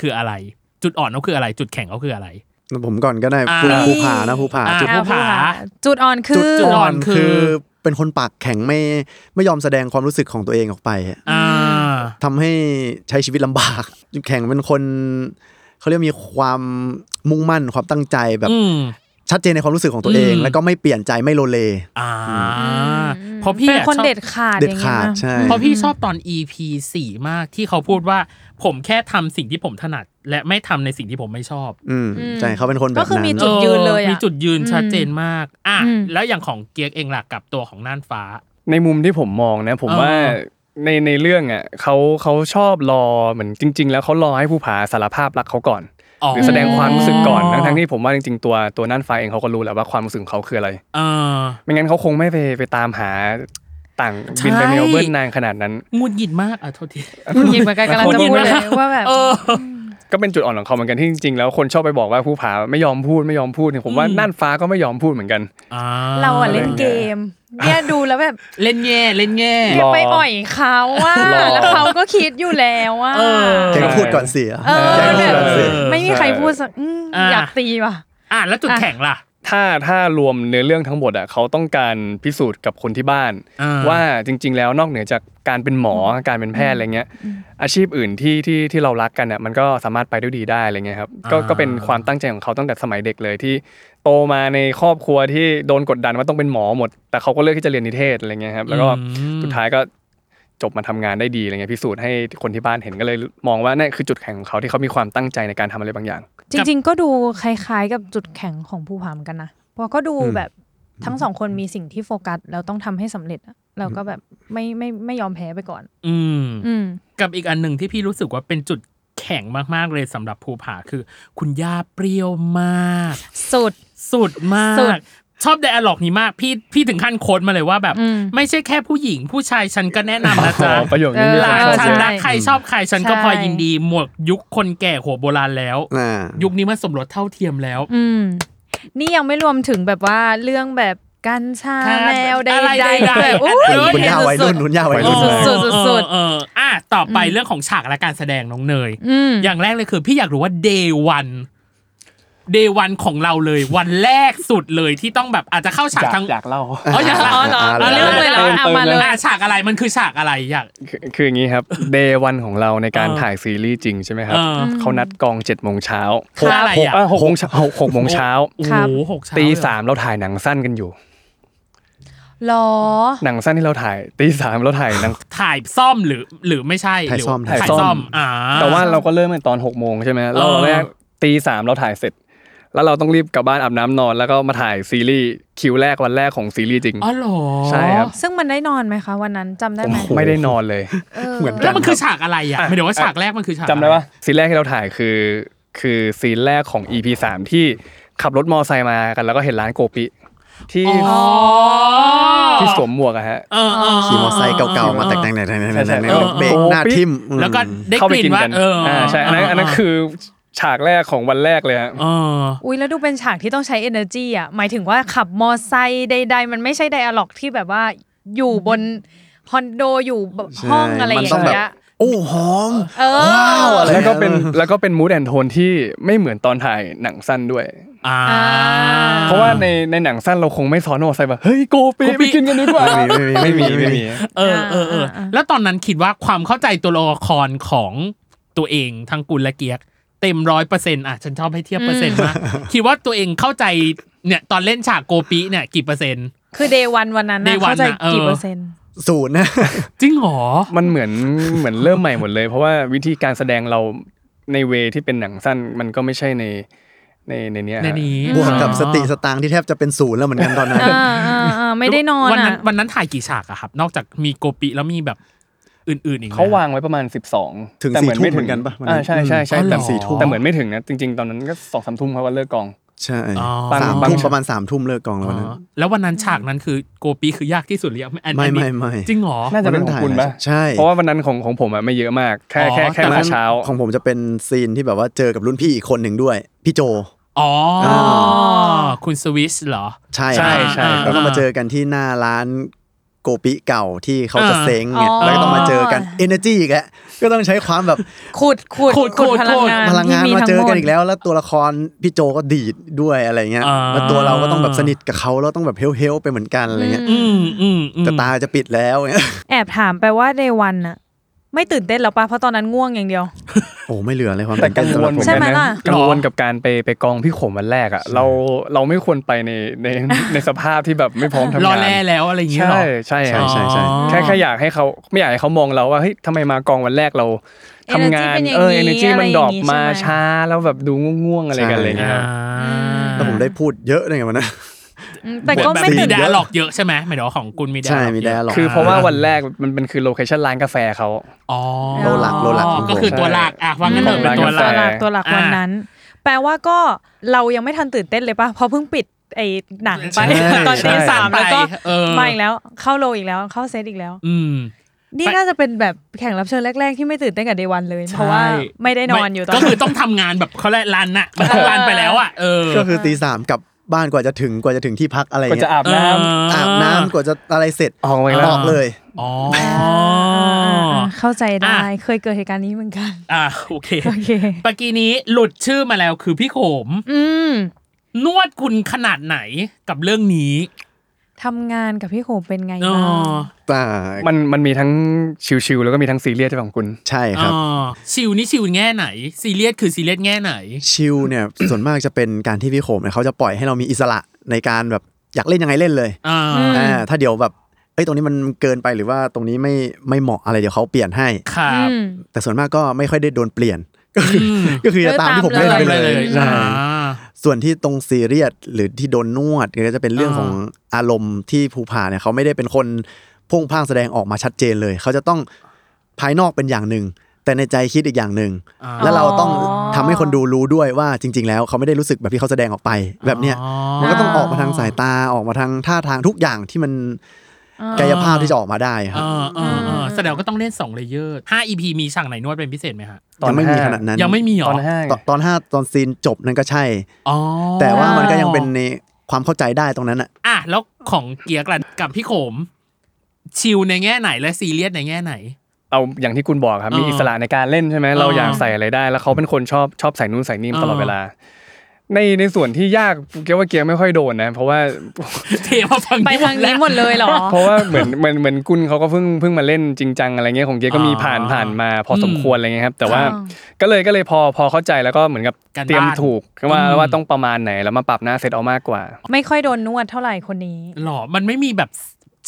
คืออะไร จุดอ่อนเขาคืออะไร จุดแข็งเขาคืออะไร ผมก่อนก็ได้ อ่า ภูภูผานะภูผา อ่า จุด อ่ะ ภูผา จุดอ่อนคือจุดจุดอ่อน จุดอ่อนคื คือ อ เป็นคนปากแข็งไม่ไม่ยอมแสดงความรู้สึกของตัวเองออกไป อ่า ทำให้ใช้ชีวิตลำบากจุดแข็งเป็นคนเขาเรียกมีความมุ่งมั่นความตั้งใจแบบ อืม ชัดเจนในความรู้สึกของตัวเอง อืม แล้วก็ไม่เปลี่ยนใจไม่โลเล อ่าเพราะพี่ เป็น อะ คน ชอบ เด็ดขาด เด็ด อย่างเงี้ ขาด ยนะ ใช่ เพราะพี่ชอบตอน EP สี่มากที่เขาพูดว่าผมแค่ทำสิ่งที่ผมถนัด และไม่ทำในสิ่งที่ผมไม่ชอบ อืมใช่เขาเป็นคนแบบ ก็คือ นั้ มี น จุดยืนเลย มี อ่ะ จุดยืนชัดเจนมาก อ่ะ อืม แล้วอย่างของเกียกเองล่ะกับตัวของน่านฟ้า ในมุมที่ผมมองนะ ผม อ่า ว่าในในเรื่องอ่ะเขาเขาชอบรอเหมือนจริง ๆ แล้วเขารอให้ผู้ผาสารภาพรักเขาก่อน หรือแสดงความรู้สึกก่อนทั้งๆที่ผมว่าจริงๆตัวตัวนั่นฟ้าเองเขาก็รู้แหละว่าความรู้สึกของเขาคืออะไร เออ ไม่งั้นเขาคงไม่ไปไปตามหาต่างบินไป ใช่ เมลเบิร์นนานขนาดนั้น หงุดหงิดมากอ่ะโทษที หยิบเหมือนกันกำลังจะพูดเลยว่าแบบ เออ ก็เป็นจุดอ่อนของเขาเหมือนกันที่จริงๆแล้วคนชอบไปบอกว่าผู้ผาไม่ยอมพูดไม่ยอมพูดเนี่ยผมว่า อืม น่านฟ้าก็ไม่ยอมพูดเหมือนกัน อ่ เราอ่ะเล่นเกม เนี่ยดูแล้วแบบ เล่นแง่เล่นแง่ แกไปอ่อยเขาว่า หรอ แล้วเขาก็คิดอยู่แล้วว่า เออ แกก็พูดก่อนเสีย เออแบแกก็พูด บ ก่อนเสีย ไม่มีใครพูดสักอืม อ่ะ อยากตีว่ะ อ่ะแล้วจุดแข็งล่ะ ถ้าถ้ารวมเนื้อเรื่องทั้งหมดอ่ะเขาต้องการพิสูจน์กับคนที่บ้าน อ่า ว่าจริง ๆ แล้วนอกเหนือจากการเป็นหมอการเป็นแพทย์อะไรเงี้ย อาชีพอื่นที่ที่ที่เรารักกันอ่ะมันก็สามารถไปด้วยดีได้อะไรเงี้ยครับก็ก็เป็นความตั้งใจของเขาตั้งแต่สมัยเด็กเลยที่โตมาในครอบครัวที่โดนกดดันว่าต้องเป็นหมอหมด แต่เขาก็เลือกที่จะเรียนนิเทศอะไรเงี้ยครับแล้วก็สุดท้ายก็จบมาทำงานได้ดีอะไรเงี้ยพิสูจน์ให้คนที่บ้านเห็นก็เลยมองว่านั่นคือจุดแข็งของเขาที่เขามีความตั้งใจในการทำอะไรบางอย่าง จริง ๆ ก็ดูคล้าย ๆ กับจุดแข็งของภูผาเหมอนกันนะเพราะก็ดูแบบทั้งสองคนมีสิ่งที่โฟกัสแล้วต้องทำให้สำเร็จอะเราก็แบบไม่ไม่ไม่ยอมแพ้ไปก่อน อืม อืม กับอีกอันหนึ่งที่พี่รู้สึกว่าเป็นจุด แข็งมากๆเลยสำหรับภูผาคือ คุณย่าเปรี้ยวมาก สุด สุดมา สุด ก ชอบไดอะล็อกนี้มากพี่พี่ถึงขั้นโค้ดมาเลยว่าแบบ ไม่ใช่แค่ผู้หญิง ผู้ชายฉันก็แนะนำนะจ๊ะ อ๋อประโยคนี้ เออ หลาน ชอบ ฉัน เยอะ รักใครชอบใครฉันก็ ใช่ พอยินดีหมวกยุคคนแก่หัวโบราณแล้ว อ่า ยุคนี้มันสมรสเท่าเทียมแล้ว อืม นี่ยังไม่รวมถึงแบบว่าเรื่องแบบกัญชา ครับ แมวใ อะไร ด ใด ๆ ๆ แบบโอ้ย เออ คุณย่าวัยรุ่นคุณย่าวัย สุ รุ่น ดๆสุดๆสุด เออเออเอออ่ะต่อไปเรื่องของฉากและการแสดงน้องเนย ๆอืม อย่างแรกเลยคือ พี่อยากรู้ว่า day one day one ของเราเลย วันแรกสุดเลยที่ต้องแบบอาจจะเข้าฉาก อยาก ทาง อยากเล่า อ๋ออยากเล่า อ๋อเหรอ เอา เอา เรื่ เรื่ อ อง งเลย ยเหรเลเหรอ อ เอา เอา มา มา เล เลย ย อ่ะฉากอะไรมันคือฉากอะไรอยาก คือคืออย่างนี้ครับ day one ของเราในการ เออ ถ่ายซีรีส์จริงใช่ไหมครับ เออ เขานัดกองเจ็ดโมงเช้า คืออะไร หก อ่ะ เอ้ยหกโมงเช้าหกหกโมงเช้า โอ้ ครับ โหหกเช้ ตี เลยเหรอ สามเราถ่ายหนังสั้นกันอยู่ หรอ หนังสั้นที่เราถ่ายตีสามเราถ่ายหนัง ถ่ายซ่อมหรือหรือไม่ใช่ ถ่าย หรือ ซ่อม ถ่าย ถ่าย ซ่อม ซ่อมอ่า แต่ว่าเราก็เริ่มกันตอนหกโมงใช่ไหมเรา เออ แรกตีสามเราถ่ายเสร็จ แล้วเราต้องรีบกลับบ้านอาบน้ำนอน แล้วก็มาถ่ายซีรีส์คิวแรกวันแรกของซีรีส์จริง อ๋อเหรอ ใช่ครับ ซึ่งมันได้นอนไหมคะ วันนั้นจำได้ ผม ไหม ไม่ได้นอนเลย เหมือน แล้วมัน กั คือฉากอะไรอ่ะไม่เดี๋ยวว่าฉากแรกมันคือฉากอร จำได้ปะซีนแรกที่เราถ่ายคือคือซีนแรกของ EP สามที่ขับรถมอไซค์มากัน แล้วก็เห็นร้านโกปิที่ อ๋อ ที่สวมหมวกอะฮะ เออเออ ขี่มอเตอร์ไซค์เก่าๆมาแต่งแต่งแต่งแต่งแต่งแต่งแต่งแต่งเบรกหน้าทิ่มอืม แล้วก็ได้ เข้าก ไป ลิ่ กิ น น ว่า กัน เอออ่ าใช่อันนั้นอันนั้นคือฉากแรกของวันแรกเลยฮะ เออ อุ้ยแล้วดูเป็นฉากที่ต้องใช้ energy อ่ะ หมายถึงว่าขับมอไซค์ใด ๆ มันไม่ใช่ไดอะล็อกที่แบบว่าอยู่บนคอนโดอยู่แบบห้อง ใช่ อะไร มั อน ย่า ต้อง งแบบ เงี้ย โอ้หอม เออ ว้าวอะไร แล้วก็เป็นแล้วก็เป็นมูดแอนโทนที่ไม่เหมือนตอนถ่ายหนังสั้นด้วย อ่า เพราะว่าในในหนังสั้นเราคงไม่ซ้อนโอไซค์แบบเฮ้ยโกปี โกปิ ไปกินกันดีกว่า ไม่มีไม่มี ไม่มี เออเออเออ อ่าอ่า แล้วตอนนั้นคิดว่าความเข้าใจตัวละครของตัวเองทั้งกุลและเกียก เต็มร้อยเปอร์เซ็นต์อ่ะฉันชอบให้เทียบเปอร์เซ็นต์มากคิดว่าตัวเองเข้าใจเนี่ยตอนเล่นฉากโกปิเนี่ยกี่เปอร์เซ็นต์ คือ day one วันนั้นน่ะ day one เข้าใจ น่ะเออ กี่เปอร์เซ็นต์ ศูนย์นะ จริงเหรอ มันเหมือนเหมือนเริ่มใหม่หมดเลย เพราะว่าวิธีการแสดงเราในเวที่เป็นหนังสั้นมันก็ไม่ใช่ในในในเนี้ยฮะ ในนี้ บวกกับสติสตางค์ที่แทบจะเป็นศูนย์แล้วเหมือนกันตอนนั้น อ่าอ่าอ่าไม่ได้นอน วันนั้ อ่ะ นวันนั้นถ่ายกี่ฉากอะครับ นอกจากมีโกปิแล้วมีแบบอื่นๆอีกไหม เขาวางไว้ประมาณ 12 ถึง แต่ สี่ทุ่มเหมือนกันปะวันนั้น อ่าใช่ใช่ใช่ อ๋อเหร แต่ อ สี่ทุ่มแต่เหมือนไม่ถึงนะจริง ๆ ตอนนั้นก็สองสามทุ่มเขาก็เลิกกอง ใช่ อ๋อ สาม บาง ทุ่ม บาง ประมาณสามทุ่มเลิกกองแล้ววันนั้น อ๋อแล้ววันนั้นฉากนั้นคือโกปิคือยากที่สุดหรือยังอัน ไม่ อันนี้ ไม่ไม่ จริงเหรอ น่าจะเป็นของคุณปะ ใช่ เพราะว่าวันนั้นของของผมอะไม่เยอะมากแค่ อ๋อ แค่แค่ แต่ มาเช้า ของผมจะเป็นซีนที่แบบว่าเจอกับรุ่นพี่อีกคนหนึ่งด้วย พี่โจ อ๋ออา คุณสวิสเหรอ ใช่ ใช่ ครับ ใช่ แล้วก็มาเจอกันที่หน้าร้านโกปิเก่าที่เขาจะ อ่า เซ้งเนี่ย อ๋อ แล้วก็ต้องมาเจอกันเอเนจีอีกแล้วก็ต้องใช้ความแบบ ขุดขุด ขุดขุด พลังงาน พลังงาน ที่ มาเจอกัน ทั้งหด อีกแล้ว แล้วตัวละครพี่โจก็ดีดด้วยอะไรเงี้ย อ่า แล้วตัวเราก็ต้องแบบสนิทกับเขาแล้วต้องแบบเฮลเฮลไปเหมือนกันอะไรเงี้ย อืมอืมอืม จะตาจะปิดแล้วเงี้ย แอบถามไปว่า day one อะไม่ตื่นเต้นหรอปะเพราะตอนนั้นง่วงอย่างเดียว โอ้ไม่เหลือเลยความ แต่กังวล ตื่น เหมืเต้นสำหรับผมอนกัน ใช่ไหมล่ะ นะกังวลกับการไปไปกองพี่ขมวันแรกอ่ะเราเราไม่ควรไปในในในสภาพที่แบบไม่พร้อมรองทำาน แร่แล้วอะไรอย่างเงี้ยเหร ใช่ อ ใช่ ใช่ใช่ อ๋อ แค่แค่อยากให้เขาไม่อยากให้เขามองเราว่าเฮ้ยทำไมมากองวันแรกเราทำงาน Energy เป็นอย่างนี้ เออเอเนจีมันดรอปมา อะไรอย่างนี้ใช่ไหม ช้าแล้วแบบดูง่วงๆอะไรกันอะไรเงี้ยครับ แล้วผมได้พูดเยอะเลยไงวันนั้น อืมแต่ก็ไม่ มี ตื่น ดา เต้น หลอกเยอะใช่ไหมหมายถึงว่าของคุณมีดา ใช่มีได้หรอก คือเพราะว่าวันแรกมันเป็นคือโลเคชันร้านกาแฟเขา อ๋อ โลหลักโลหลัก ก็คือตัวหลักอ่ะวางกันเถอะเป็นตัวหลัตักวหลักตัวหลัก อ่า วันนั้น แปลว่าก็เรายังไม่ทันตื่นเต้นเลยปะเพราะเพิ่งปิดไอ้หนังไป ใช่ ตอนตีสาม ไป แล้วก็ เออ มาอีกแล้วเข้าโลอีกแล้วเข้าเซตอีกแล้ว อืม นี่น่าจะเป็นแบบแข่งรับเชิญแรก ๆ ที่ไม่ตื่นเต้นกับเดวันเลย เพราะว่า ใช่ ไม่ได้นอนอยู่ตอน ก็คือต้องทำงานแบบเขาเรียกรันน่ะมันต้องรันไปแล้วอ่ะเออ ก็คือตีสามกลับบ้านกว่าจะถึงกว่าจะถึงที่พักอะไร ก็ เงี้ จะ ย อาบน้ อาบน้ำกว่าจะอะไรเสร็จ ำออกมาอีกแล้ บ ว อกเลย อ๋อ าเข้าใจได้ อ่ะ เคยเกิดเหตุการณ์นี้เหมือนกัน อ่าโอเค โอเค ปากี้นี้หลุดชื่อมาแล้วคือพี่โขม อืม นวดคุณขนาดไหนกับเรื่องนี้ ทำงานกับพี่โขมเป็นไง อ๋อ บ้าง แต่ มันมันมีทั้งชิลๆแล้วก็มีทั้งซีเรียสใช่ไหมของคุณ ใช่ค อ๋ รับ อชิวนี่ชิวแง่ไหน ซีเรียสคือซีเรียสแง่ไหน ชิลเนี่ย ส่วนมากจะเป็นการที่พี่โขมเนี่ยเขาจะปล่อยให้เรามีอิสระในการแบบอยากเล่นยังไงเล่นเลย อ่า อ่าถ้าเดี๋ยวแบบเอ้ยตรงนี้มันเกินไปหรือว่าตรงนี้ไม่ไม่เหมาะอะไรเดี๋ยวเขาเปลี่ยนให้ ครับ อืม แต่ส่วนมากก็ไม่ค่อยได้โดนเปลี่ยน ก็คืออก็คือจะตามที่ผมเล่นไป เล เลย ย เลย ใช่ อ่า ส่วนที่ตรงซีเรียสหรือที่โดนนวดก็จะเป็นเรื่อง อ่า ของอารมณ์ที่ภูผาเนี่ยเขาไม่ได้เป็นคนพุ่งพร่างแสดงออกมาชัดเจนเลย เขาจะต้องภายนอกเป็นอย่างหนึ่ง แ แต่ในใจคิดอีกอย่างหนึ่ง อ่า แล้วเราต้องทำให้คนดูรู้ด้วยว่าจริง ๆ แล้วเขาไม่ได้รู้สึกแบบที่เขาแสดงออกไปแบบเนี้ย มันก็ต้องออกมาทางสายตาออกมาทางท่าทางทุกอย่างที่มันกายภาพที่จะออกมาได้ค เอ รับ อเออเออแสดงว่าก็ต้องเล่นสองเลเยอร์ห้า EP มีฉากไหนนวดเป็นพิเศษไหมฮะ ตอ ยั น งไม่มี ห้า ขนาดนั้น ยังไม่มีเหรอ ตอนห้า ตอนตอนห้าตอนซีนจบนั้นก็ใช่ อ๋อ แต่ว่ามันก็ยังเป็นในความเข้าใจได้ตรงนั้นอ่ะ อ่ะแล้วของเกียร์กลันกับพี่โขม ชิลในแง่ไหนและซีเรียสในแง่ไหน เอาอย่างที่คุณบอกครับ อ่ามี มีอิสระในการเล่นใช่ไหม อ่า เราอยากใส่อะไรได้ แล้วเขาเป็นคนชอบชอบใส่นู่นใส่นี่ตลอด อ่า เวลา ในในส่วนที่ยากเกียร์ว่าเกียร์ไม่ค่อยโดนนะ เพราะว่า เทมาฟัง ไปทางนี้หมดเลยเหรอ เพราะว่าเหมือนเห มือนเหมือนกุลเขาก็เพิ่งเพิ่งมาเล่นจริงจังอะไรเงี้ยของเกียร์ก็มีผ่านผ่านมาพอสมควรอะไรเงี้ยครับแต่ว่าก็เลยก็เลยพอพอเข้าใจแล้วก็เหมือนกับ กันบ้าน เตรียมถูกว่า อืม ว่าต้องประมาณไหนแล้วมาปรับหน้าเซตเอามากกว่า ไม่ค่อยโดนนวดเท่าไหร่คนนี้ หรอมันไม่มีแบบ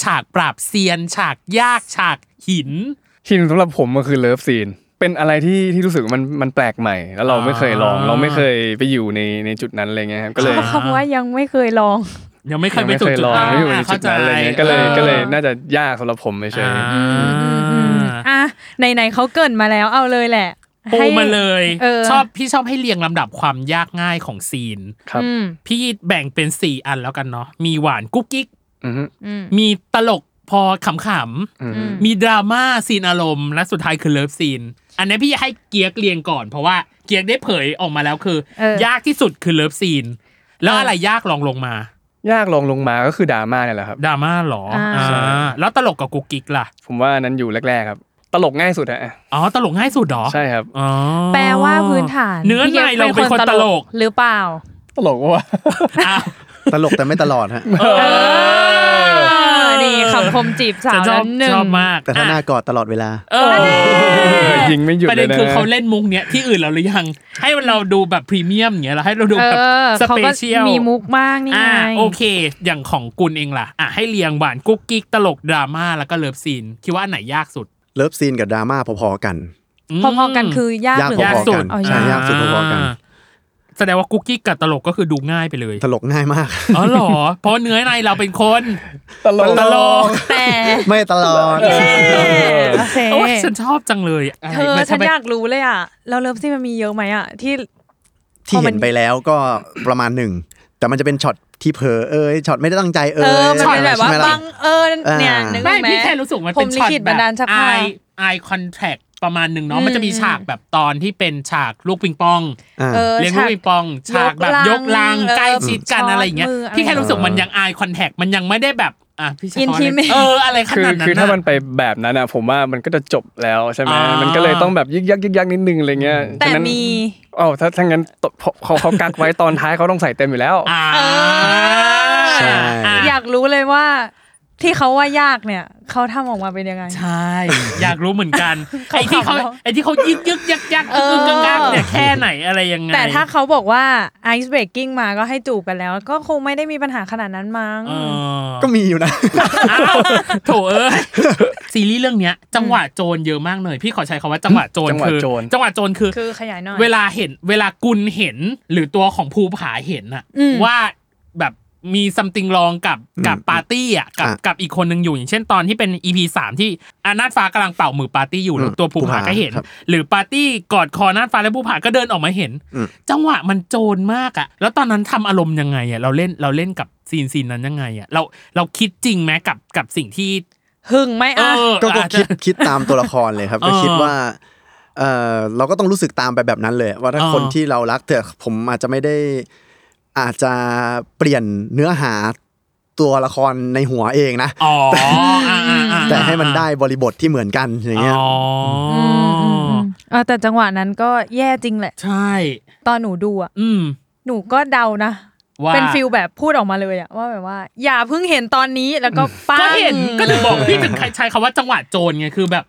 ฉากปราบเซียน ฉากยากฉากหิน ทีมสำหรับผมมันคือเลิฟซีน เป็นอะไรที่ที่รู้สึกว่ามันมันแปลกใหม่ แล้วเราไม่เคยลอง อ่า เราไม่เคยไปอยู่ในในจุดนั้นอะไรเงี้ยครับก็เลย คำว่ายังไม่เคยลอง ยังไม่เคย ง ไป ไม่ จุด เคยลอง นั้น ไม่อยู่ในจุดนั้นอะไรเงี้ยก็เลยก็เลยน่าจะยากสำหรับผมเฉยๆอ่า อ่ะไหนๆเขาเกรินมาแล้วเอาเลยแหละ ปูมาเลย เออ ชอบพี่ชอบให้เรียงลำดับความยากง่ายของซีน ครับ อืม พี่แบ่งเป็นสี่อันแล้วกันเนาะมีหวานกุ๊กกิ๊ก อือฮึ อืม มีตลกพอข อือ อื ฮึ ม ำๆมีดราม่าซีนอารมณ์และสุดท้ายคือเลิฟซีน อันนี้พี่ให้เกียกเรียงก่อน เพราะว่าเกียกได้เผยออกมาแล้วคือ เออ ยากที่สุดคือเลิฟซีน แล้วอะไรยากลองลงมาย ากลองลงมาก็คือดราม่าเนี่ยแหละครับ ดราม่าเหรอ อ่า อ่าแล้วตลกกับกุ๊กกิ๊กล่ะ ผมว่านั้นอยู่แรกๆครับ ตลกง่ายสุดอะ อ๋อตลกง่ายสุดเหรอ ใช่ครับ อ๋อ แปลว่าพื้นฐาน เนื้อในเราเป็นคนตลก หรือเปล่า ตลกว่า อ่ะ ตลกแต่ไม่ตลอดฮะ เออ นี่คำคมจีบสาวนฉัชอบ นั้นหนึ่ง ชอบมาก แต่ถ้าหน้า อ่ะ กอดตลอดเวลา เออ ยิงไม่หยุด ประ เล เด็ ย น นะ คือเขาเล่นมุกเนี้ยที่อื่นเราหรือยัง ให้เราดูแบบพรีเมียมอย่างเงี้ยเราให้เราดู เอ แบบ อ ส เขา เป ก็ เชียล มีมุกมากนี่ อ่า ไง โอเค อย่างของกุลเองล่ะอ่ะให้เรียงหวานกุ๊กกิ๊กตลกดราม่าแล้วก็เลิฟซีน คิดว่าอันไหนยากสุด เลิฟซีนกับดราม่าพอๆกัน ม พอๆกันคือยาก ยาก หรื พ อ าก อๆ สุ กั ด น อ๋อ ใช่ยากสุดพอๆกัน าแสดงว่ากุ๊กกิ๊กกับตลกก็คือดูง่ายไปเลย ตลกง่ายมาก อ๋อเหรอเพราะเนื้อในเราเป็นคน ตลก ตลก แต่ ไม่ตลอด โอเค โอ้ยฉันชอบจังเลย เธอฉันอยากรู้เลยอ่ะ แล้วเลิฟซี่มันมีเยอะไหมอ่ะ ที่ ที่เห็นไปแล้วก็ประมาณหนึ่ง แต่มันจะเป็นช็อตที่เผลอเอ้ยช็อตไม่ได้ตั้งใจเอ้ เอย อมันเป็นแบบว่า ใช่ไหมล่ะ บังเอิญเนี่ย อ่านึ นึกอ ไม่ อกไหม พี่แค่รู้สึกมัน ผ เป็ ม น ลิ ช็อต ขิแบบตันดาลชัก ไอ พา ไอคอนแทคประมาณหนึ่งเนาะ อืม มันจะมีฉากแบบตอนที่เป็นฉากลูกปิงปอง อ่า เออ เลี้ยงลู ฉาก ก ปิงปอง ฉากแบบย ย ก กลัง ลัง เออ ใกล้ชิดกัน ช้อน อะไรอย่างเงี้ย มืออะไร พี่แค่รู้สึกมันยังไอคอนแทคมันยังไม่ได้แบบอ่ะพี่ช้อน Intimate เอออะไรข คือ นาดนั้น คือถ้ามัน น่ะ ไปแบบนั้นอะผมว่ามันก็จะจบแล้วใช่ไหม อ่ามั มันก็เลยต้องแบบยึกยักยึกยักนิดนึงอะไรเงี้ย แต่ ฉะนั้น มี อ้าวถ้าถ้างั้นตบเขาเขาเขากักไว้ตอนท้ายเขาต้องใส่เต็มอยู่แล้ว อ่า เออ ใช่ อ่ะ อยากรู้เลยว่า ที่เขาว่ายากเนี่ยเขาทำออกมาเป็นยังไง ใช่ อยากรู้เหมือนกัน เขา ไอ้ที่เขา เขา ไอ้ที่เขายึกยึกยักยัก เอ ยึก อ ยึกยักยักเนี่ยแค่ไหนอะไรยังไง แต่ถ้าเขาบอกว่าไอซ์เบรกกิ้งมาก็ให้จูบกันแล้ว ก็คงไม่ได้มีปัญหาขนาดนั้นมั้ง เออ ก็มีอยู่นะ อ้าวโถเอ้ยซีรีส์เรื่องเนี้ย จังหวะโจรเยอะมากเลย พี่ขอใช้คาว่าจังหวะโจร จังหวะ คือ โจร จังหวะโจรคือ คือขยายหน่อย เวลาเห็นเวลากุลเห็นหรือตัวของภูผาเห็นอะ อืม ว่าแบบมีซัมติงลองกับกับปาร์ตี้อะกับ อ่ะ กับอีกคนหนึ่งอยู่อย่างเช่นตอนที่เป็น EP สามที่อานาดฟ้ากำลังเป่ามือปาร์ตี้อยู่แล้ว อืม ตัวภูผาก็เห็น ครับ หรือปาร์ตี้กอดคอนาดฟ้าและภูผาก็เดินออกมาเห็น อืม จังหวะมันโจรมากอะแล้วตอนนั้นทำอารมณ์ยังไงอะเราเล่นเราเล่นกับซีนซีนนั้นยังไงอะเราเราคิดจริงไหมกับกับสิ่งที่ หึงไหม เอ อ่ะ อ ก็ก็ อาจจะ คิดคิดตามตัวละครเลยครับ ก็ เออ คิดว่าเออเราก็ต้องรู้สึกตามไปแบบนั้นเลย ว่าถ้า เออ คนที่เรารักเถอะผมอาจจะไม่ได้อาจจะเปลี่ยนเนื้อหาตัวละครในหัวเองนะ อ๋ออ่าอ่าอ่า แต่ให้มันได้บริบทที่เหมือนกันอย่างเงี้ย อ๋ออ มเออแต่จังหวะนั้นก็แย่จริงแหละ ใช่ ตอนหนูดูอ่ะ อืม หนูก็เดานะ ว่า เป็นฟิลแบบพูดออกมาเลยอะว่าแบบว่า อย่าเพิ่งเห็นตอนนี้แล้วก็ป้า ก็เห็นก็ถึงบอกพี่ถึงใช้คำว่าจังหวะโจรไงคือแบบ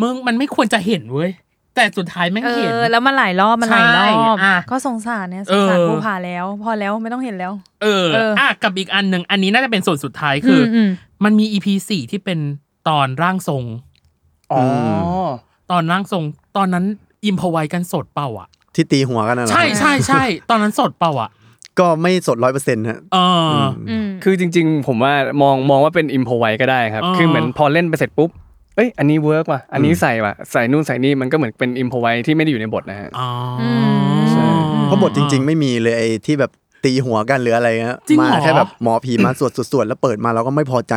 มึงมันไม่ควรจะเห็นเว้ยแต่สุดท้ายแม่ง เอ เห็น อ แล้วมันหลายรอบมันหลายร ใช่ อบ อ่ะ ก็สงสารเนี่ยสงสาร เออ ผู้ผ่าแล้ว พอแล้วไม่ต้องเห็นแล้ว เออ เอออ่ อ่ะกับอีกอันหนึ่งอันนี้น่าจะเป็นส่วนสุดท้ายคืออ ม มันมีอีพีสี่ที่เป็นตอนร่างทรง อ๋อ ตอนร่างทรง ตอนนั้นอิมพอไวกันสดเปล่าอ่ะ ที่ตีหัวกันนะเหรอ ใช่ใช่ใช่ตอนนั้นสดเปล่าอ่ะ ก็ไม่สดร้อยเปอร์เซ็นต์ฮะ เอออ อืม คือจริง ๆ ผมว่ามองมองว่าเป็นอิมพอไวก็ได้ครับ อ๋อ คือเหมือนพอเล่นไปเสร็จปุ๊บ เอ้ยอันนี้เวิร์กว่ะอันนี้ใส่ว่ะใส่นู่นใส่นี่มันก็เหมือนเป็นอิมพอไวที่ไม่ได้อยู่ในบทนะฮะ อ๋ออ ใช่ เพราะบทจริง ๆ ไม่มีเลยไอ้ที่แบบตีหัวกันหรืออะไรเงี้ย จริงเหร มา อ แค่แบบหมอผีมาสวดสวดๆแล้วเปิดมาเราก็ไม่พอใจ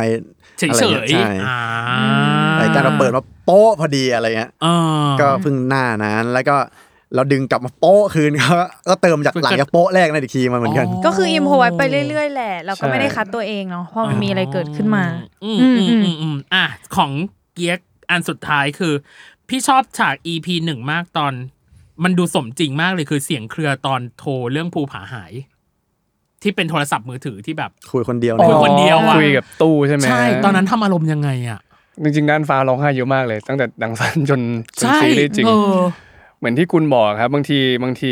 เฉย อะไร เฉ เนี่ย ย ใช่ อ่า ไอ้แต่เราเปิดมาโป๊ะพอดีอะไรเงี้ย เออ ก็เพึ่งหน้านั้นแล้วก็เราดึงกลับมาโป๊ะคืนก็ ก็เติมจากหลังจากโป๊ะแรกนั่นอีกทีมาเหมือนกัน อ๋อ ก็คืออิมโพไว้ไปเรื่อย ๆ แหละ เราก็ไม่ได้คัดตัวเองเนาะเพราะมันมีอะไรเกิดขึ้นมา อืมอืมอืมอืมอ่ะของเกียกอันสุดท้ายคือ พี่ชอบฉาก EP หนึ่งมากตอน มันดูสมจริงมากเลยคือเสียงเครือตอนโทรเรื่องภูผาหาย ที่เป็นโทรศัพท์มือถือที่แบบ คุยคนเดียว คุ เนี่ย ยคนเดียวอะ คุยกับตู้ใช่ไหม ใช่ ตอนนั้นทำอารมณ์ยังไงอ่ะ จริงๆด้านฟ้าร้องไห้เยอะมากเลย ตั้งแต่ดังสันจนจน ใช่ ซีรีส์จริง เออ เหมือนที่คุณบอกครับบางทีบางที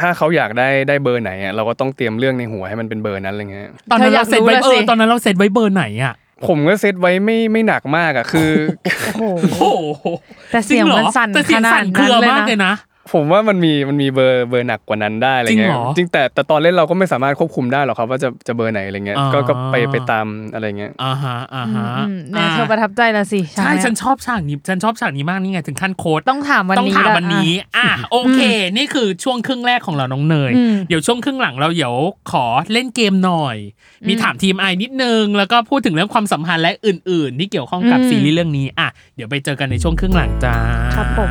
ถ้าเขาอยากได้ได้เบอร์ไหนอะเราก็ต้องเตรียมเรื่องในหัวให้มันเป็นเบอร์นั้นอะไรเงี้ย ตอนนั้น เธออ เรา ยาก เซ็ต รู้ ไว้ ละ เอ สิ อตอนนั้นเราเซ็ตไว้เบอร์ไหนอ่ะ ผมก็เซตไว้ไม่ไม่หนักมากอะคือ โอ้โห โอ้โห แต่เสียงมันสั่น จริงเหรอแต่เสียงสั่น ขนาดนั้น เครือ เลยนะ มากเลยนะ ผมว่ามันมีมันมีเบอร์เบอร์หนักกว่านั้นได้อะไรเงี้ จริงเหยรอ จริงแต่แต่ตอนเล่นเราก็ไม่สามารถควบคุมได้หรอกครับว่าจะจะเบอร์ไหนอะไรเงี้ย อ่า ก็ก็ไปไปตามอะไรเงี้ย อ่าฮะอ่าฮะ อืมแน่ อ่า เธอประทับใจละสิ ใช่ ไหม ฉันชอบฉากนี้ฉันชอบฉากนี้มากนี่ไงถึงขั้นโค้ด ต้องถามวัน ต้อง นี้ ถาม ละ วันนี้ อ่ะ อ่ะโอเค นี่คือช่วงครึ่งแรกของเราน้องเนย อืม เดี๋ยวช่วงครึ่งหลังเราเดี๋ยวขอเล่นเกมหน่อย มีถามทีมไอนิดนึง แล้วก็พูดถึงเรื่องความสัมพันธ์และอื่น ๆ ที่เกี่ยวข้องกับ อืม ซีรีส์เรื่องนี้ อ่ะ เดี๋ยวไปเจอกันในช่วงครึ่งหลังจ้า ครับผม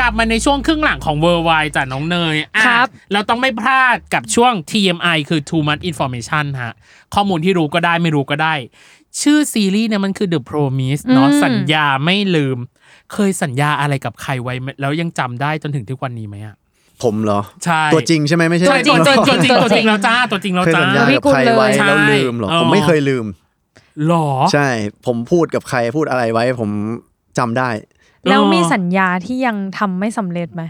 กลับมาในช่วงครึ่งหลังของเวอร์ไวจากน้องเนยอ่ะ ครับ เราต้องไม่พลาดกับช่วง TMI คือ Too Much Information ฮะ ข้อมูลที่รู้ก็ได้ไม่รู้ก็ได้ ชื่อซีรีส์เนี่ยมันคือ The Promise เนาะ อืม สัญญาไม่ลืม เคยสัญญาอะไรกับใครไว้ไหมแล้วยังจำได้จนถึงทุกวันนี้ไหมอ่ะ ผมเหรอ ใช่ ตัวจริงใช่ไหมไม่ใช่ ตัวจริง เน ตัว อะ จริงตัวจริงแล้วจ้าตัวจริงแล้ว เคย จ้า สัญญากับใครไว้ ใช่ แล้วลืมเหรอ เออ ผมไม่เคยลืม หรอ ใช่ ผมพูดกับใครพูดอะไรไว้ ผมจำได้ แล้วมีสัญญาที่ยังทำไม่สำเร็จไหม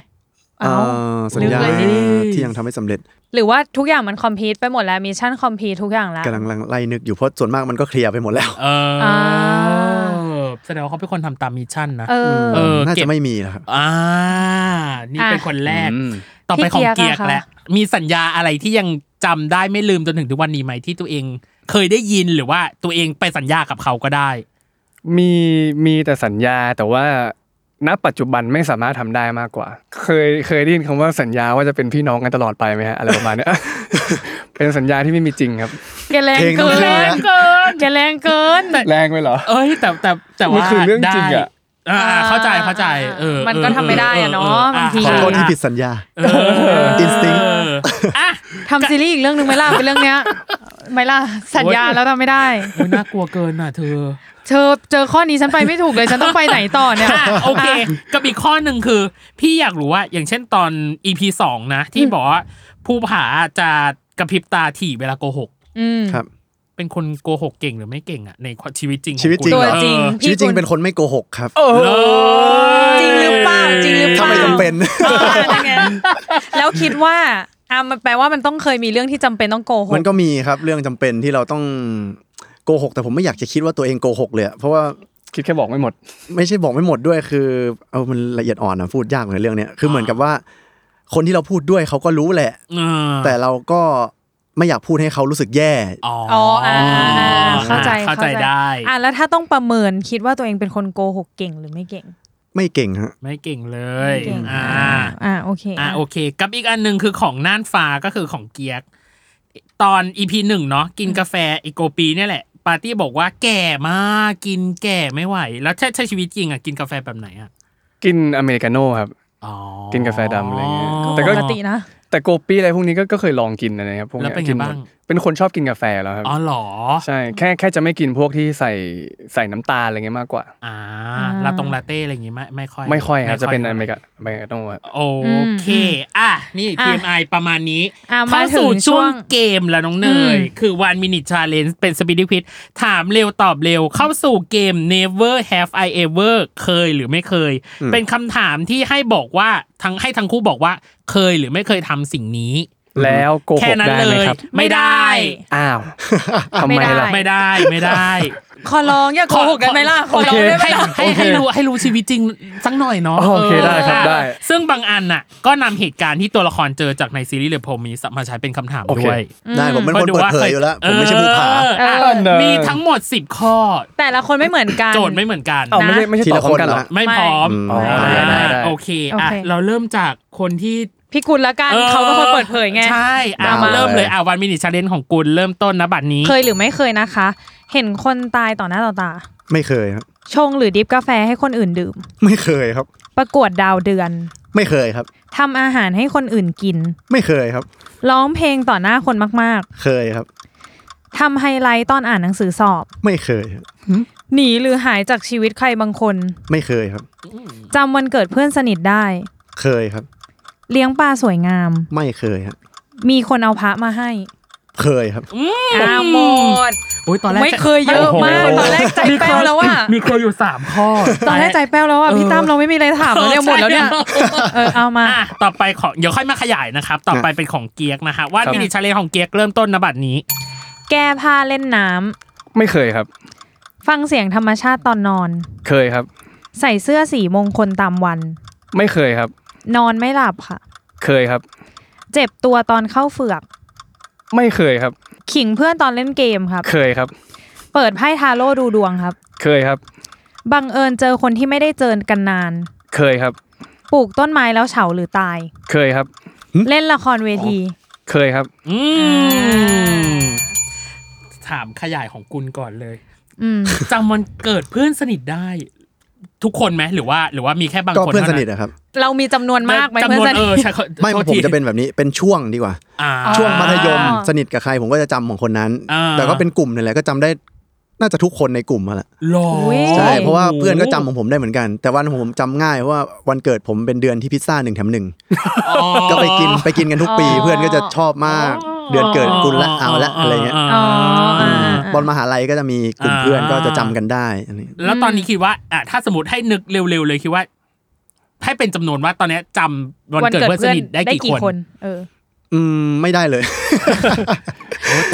เอ่ เอ้า อสัญญา ลืมเลยดิ ที่ยังทำไม่สำเร็จ หรือว่าทุกอย่างมันคอมพลีทไปหมดแล้วมิชชั่นคอมพลีททุกอย่างแล้ว กำลังไล่นึกอยู่เพราะส่วนมากมันก็เคลียร์ไปหมดแล้ว เอออา แสดงว่าเขาเป็นคนทำตามมิชชั่นนะ เออ เออ น่า เก็ จะ บ ไม่มีนะครับ อ่า นี่เป็นคนแรก อืม ต่อไป พี่ ของ เกี เกีย ยร์ ก ค่ะ แหละมีสัญญาอะไรที่ยังจำได้ไม่ลืมจนถึงทุกวันนี้ไหมที่ตัวเอง เคยได้ยินหรือว่าตัวเองไปสัญญากับเขาก็ได้ มีมีแต่สัญญาแต่ว่าณปัจจุบันไม่สามารถทำได้มากกว่า เคยเคยได้ยินคำว่าสัญญาว่าจะเป็นพี่น้องกันตลอดไปไหมฮะอะไรประมาณเนี้ย เป็นสัญญาที่ไม่มีจริงครับ แกแรง เพลงต้อ เกินงเชื่อนะ เกินแกแรงเกิน แรงไปเหรอ เอ้ย แต่แต่แต่ มั ว่าน คือเรื่องจริงอะ ได้อ่าเข้าใจเข้าใจเออ มันก็ทำไม่ได้อะเนาะบางที ขอโทษที่ผิดสัญญา instinct อ่ะ ทำซีรีส์อีกเรื่องหนึ่งไหมล่ะเป็นเรื่องเนี้ยไหมล่ะสัญญาแล้วทำไม่ได้ โอ้ยน่ากลัวเกินอ่ะเธอ เธอเจอข้อนี้ฉันไปไม่ถูกเลยฉันต้องไปไหนต่อเนี่ย อ่ะโอเคกับอีกข้อหนึ่งคือ พี่อยากรู้ว่าอย่างเช่นตอน EP สองนะ ที่บอกว่าภูผาจะกระพริบตาถี่เวลาโกหก อืม ครับ เป็นคนโกหกเก่งหรือไม่เก่งอะในชีวิตจริงของ ชีวิตจริง คุณ เหรอ ตัวจริง พี่ ชีวิตจริง คุณ เป็นคนไม่โกหกครับ เออ จริงหรือเปล่าจริงหรือเป ถ้า ล่า ไม่จำเป็น อ่านั่นไงแล้วคิดว่าอ่ะมันแปลว่ามันต้องเคยมีเรื่องที่จำเป็นต้องโกหก มันก็มีครับเรื่องจำเป็นที่เราต้องโกหก แต่ผมไม่อยากจะคิดว่าตัวเองโกหกเลยอะเพราะว่า คิดแค่บอกไม่หมด ไม่ใช่บอกไม่หมดด้วยคือเอามันละเอียดอ่อนนะพูดยากเลยเรื่องเนี้ยคือเหมือนกับว่า คนที่เราพูดด้วยเขาก็รู้แหละ อ่า แต่เราก็ไม่อยากพูดให้เขารู้สึกแย่ อ๋อ อ๋ อ๋ ออ่าอ่าเข้าใจ เข้าใจได้ อ่ะแล้วถ้าต้องประเมินคิดว่าตัวเองเป็นคนโกหกเก่งหรือไม่เก่ง ไม่เก่งฮะ ไม่เก่งเลย ไม่เก่ง อ่า อ่ะโอเค อ่าโอเค กับอีกอันหนึ่งคือของน่านฟ้าก็คือของเกียก ตอน EP หนึ่งเนาะกินกาแฟอีโกปีเนี่ยแหละ ปาร์ตี้บอกว่าแก่มากกินแก่ไม่ไหว แล้วถ้าถ้าชีวิตจริงอะกินกาแฟแบบไหนอะ กินอเมริกาโน่ครับ อ๋อ กินกาแฟดำอะไรเงี้ย แต่ แต่ ก็ ปกตินะ แต่โกปี้อะไรพวกนี้ก็ก็เคยลองกินนะนะครับพวก แล้ว เนี้ย เป็นไง กินหม บ้า ด ง เป็นคนชอบกินกาแฟแล้วครับ อ๋อเหรอ ใช่แค่แค่จะไม่กินพวกที่ใส่ใส่น้ำตาลอะไรเงี้ยมากกว่า อ่า อ่า ลาตรงลาเต้อะไรอย่างงี้ไม่ไม่ค่อย ไม่ค่อยครับจะเป็นอเมริกาอเมริกาโน่ครับ โอเค อ่ะ นี่ อ่ะ TMI ประมาณนี้ อ่ะมา เข้า ถึ สู่ ง ช่ ช่ ว ว ง ง เกมแล้วน้องเน อื ย ม คือ one minute challenge เป็น speed quiz ถามเร็วตอบเร็ว เข้าสู่เกม never have I ever เคยหรือไม่เคย เป็นคำถามที่ให้บอกว่าทั้งให้ทั้งคู่บอกว่าเคยหรือไม่เคยทำสิ่งนี้ แล้วโกห แค่ ก นั้น ได้ เล ไหม ย ครับ ไม่ได้ อ้าวทำไมล่ะ ไม่ได้ไม่ได้ ขอร้องอย่าโกหกได้ไหมล่ะขอร้องได้ไหม ให้ ล่ะ ให้ให้รู้ให้รู้ชีวิตจริงสักหน่อยเนาะ โอเคได้ครับได้ ซึ่งบางอันน่ะ ก็นำเหตุการณ์ที่ตัวละครเจอจากในซีรีส์เรือพรหมมีมาใช้เป็นคำถาม โอเค ด้วย ได้ผมเป็นคนเปิดเผยอยู่แล้ว ผมไม่ใช่ผู้ผา เอออ่ะมีทั้งหมด 10 ข้อ แต่ละคนไม่เหมือนกัน โจทย์ไม่เหมือนกัน อ้าวไม่ใช่ไม่ใช่ ที ตอ ละ บพร้อมกัน คน เหรอ ละ ไม่พร้อม อ๋อ อ่า ได้ได้ได้ โอเคอ่ะ โอเค เราเริ่มจากคนที่ พี่กุลละกันเขาเป็นคนเปิดเผยไง ใช่อ่ะ เอามา เริ่มเลยอ่ะวันมินิชาเลนของกุลเริ่มต้นนะบัตรนี้ เคยหรือไม่เคยนะคะ เห็นคนตายต่อหน้าต่อตา ไม่เคยครับ ชงหรือดริฟกาแฟให้คนอื่นดื่ม ไม่เคยครับ ประกวดดาวเดือน ไม่เคยครับ ทำอาหารให้คนอื่นกิน ไม่เคยครับ ร้องเพลงต่อหน้าคนมาก เคยครับ ๆทำไฮไลท์ตอนอ่านหนังสือสอบ ไม่เคยครับ หนีหรือหายจากชีวิตใครบางคน ไม่เคยครับ จำวันเกิดเพื่อนสนิทได้ เคยครับ เลี้ยงปลาสวยงาม ไม่เคยครับ มีคนเอาพระมาให้ เคยครับ อ้าวหมด โอ้ยตอนแรก ไม่เคยเยอะมากตอนแรกใจแป้วแล้วอ่ะ มีเคยอยู่ 3 ข้อ ตอนแรกใจแป้วแล้วอ่ะ พี่ตั้มเราไม่มีอะไรถามแล้วเนี่ยหมดแล้วเนี่ย เออเอามา อ่ะต่อไปของเดี๋ยวค่อยมาขยายนะครับ ต่อไปเป็นของเกียกนะฮะว่า ครับ มินิชาเลนของเกียกเริ่มต้นนะบัดนี้ แก้ผ้าเล่นน้ำ ไม่เคยครับ ฟังเสียงธรรมชาติตอนนอน เคยครับ ใส่เสื้อสีมงคลตามวัน ไม่เคยครับ นอนไม่หลับค่ะ เคยครับ เจ็บตัวตอนเข้าเฝือก ไม่เคยครับ ขิงเพื่อนตอนเล่นเกมครับ เคยครับ เปิดไพ่ทาโร่ดูดวงครับ เคยครับ บังเอิญเจอคนที่ไม่ได้เจอกันนาน เคยครับ ปลูกต้นไม้แล้วเฉาหรือตาย เคยครับ เล่นละครเวที เคยครับ อืมถามขยายของกุลก่อนเลย อืม จำวันเกิดเพื่อนสนิทได้ ทุกคนไหมหรือว่าหรือว่ามีแค่บาง ก็ คน เพื่อนส ท่า นิทอะครับ เรามีจำนวนมากไหมเพื่อน จำว สนิ เอ ท อใช่ขอ ไม่ โทษ ผม ที จะเป็นแบบนี้เป็นช่วงดีกว่า อ่า ช่วงมัธยม อ่า สนิทกับใครผมก็จะจำของคนนั้น อ่า แต่ก็เป็นกลุ่มนั่นแหละก็จำได้น่าจะทุกคนในกลุ่มอะแหละ หรอ อุ๊ย ใช่เพราะว่าเพื่อนก็จำของผมได้เหมือนกัน แต่วันของผมจำง่ายเพราะว่าวันเกิดผมเป็นเดือนที่พิซซ่าหนึ่งแถมหนึ่ง อ๋อ ก็ไปกินไปกินกันทุกปี เพื่อนก็จะชอบมาก เดือนเกิดกุลละเอาละอะไรเงี้ย า อ๋ออ่า า ตอนมหาลัยก็จะมีกลุ่มเพื่อนก็จะจำกันได้อันนี้ แล้วตอนนี้คิดว่าอ่ะถ้าสมมติให้นึกเร็วๆเลยคิดว่า ให้เป็นจำนวนว่าตอนเนี้ยจำวันเกิดเพื่อนสนิทได้กี่คน เออ อืมไม่ได้เลย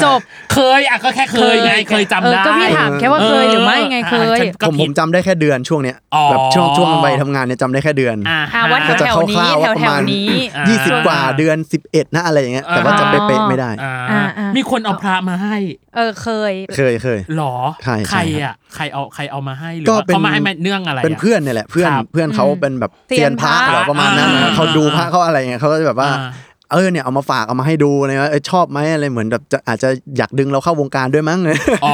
จบ เคยอ่ะก็แค่เคยไงเคยจำ เออ ได้ ก็พี่ถามแค่ว่าเคยหรือไม่ไงเคย ฉันก็ ผมผ ผิด มจำได้แค่เดือนช่วงเนี้ย อ๋อ แบบช่วงช่วงไปทำงานเนี่ยจำได้แค่เดือน อ่า อ่าวัด ก็จะ แถวๆ ค นี้ ร่าวๆว่า แถ ประ ว มาณ ๆนี้ อ่า ยี่สิบกว่าเดือนสิบเอ็ดนะอะไรอย่างเงี้ยแต่ว่าจำเป๊ะๆไม่ได้ อ่า อ่าอ่ามี มีคนเอาพระมาให้ เออเคย เคยเคย หรอ ใช่ใช่ ใคร ครับ อ่ะใครเอาใครเอามาให้หรือ ก็ ว่า เป็น เขามาให้มันเนื่องอะไระ เป็นเพื่อนเนี่ยแหละเพื่อน ครับ เพื่อนเขาเป็นแบบ เซี เซี ย ย น น พ พ ระ ระเหรอประมาณนั้นนะ อ่า เขาดูพระเขาอะไรเงี้ยเขาก็จะแบบว่า อ่า เออเนี่ยเอามาฝากเอามาให้ดูอะไรเงี้ยเออชอบไหมอะไรเหมือนแบบจะอาจจะอยากดึงเราเข้าวงการด้วยมั้ง อ๋อ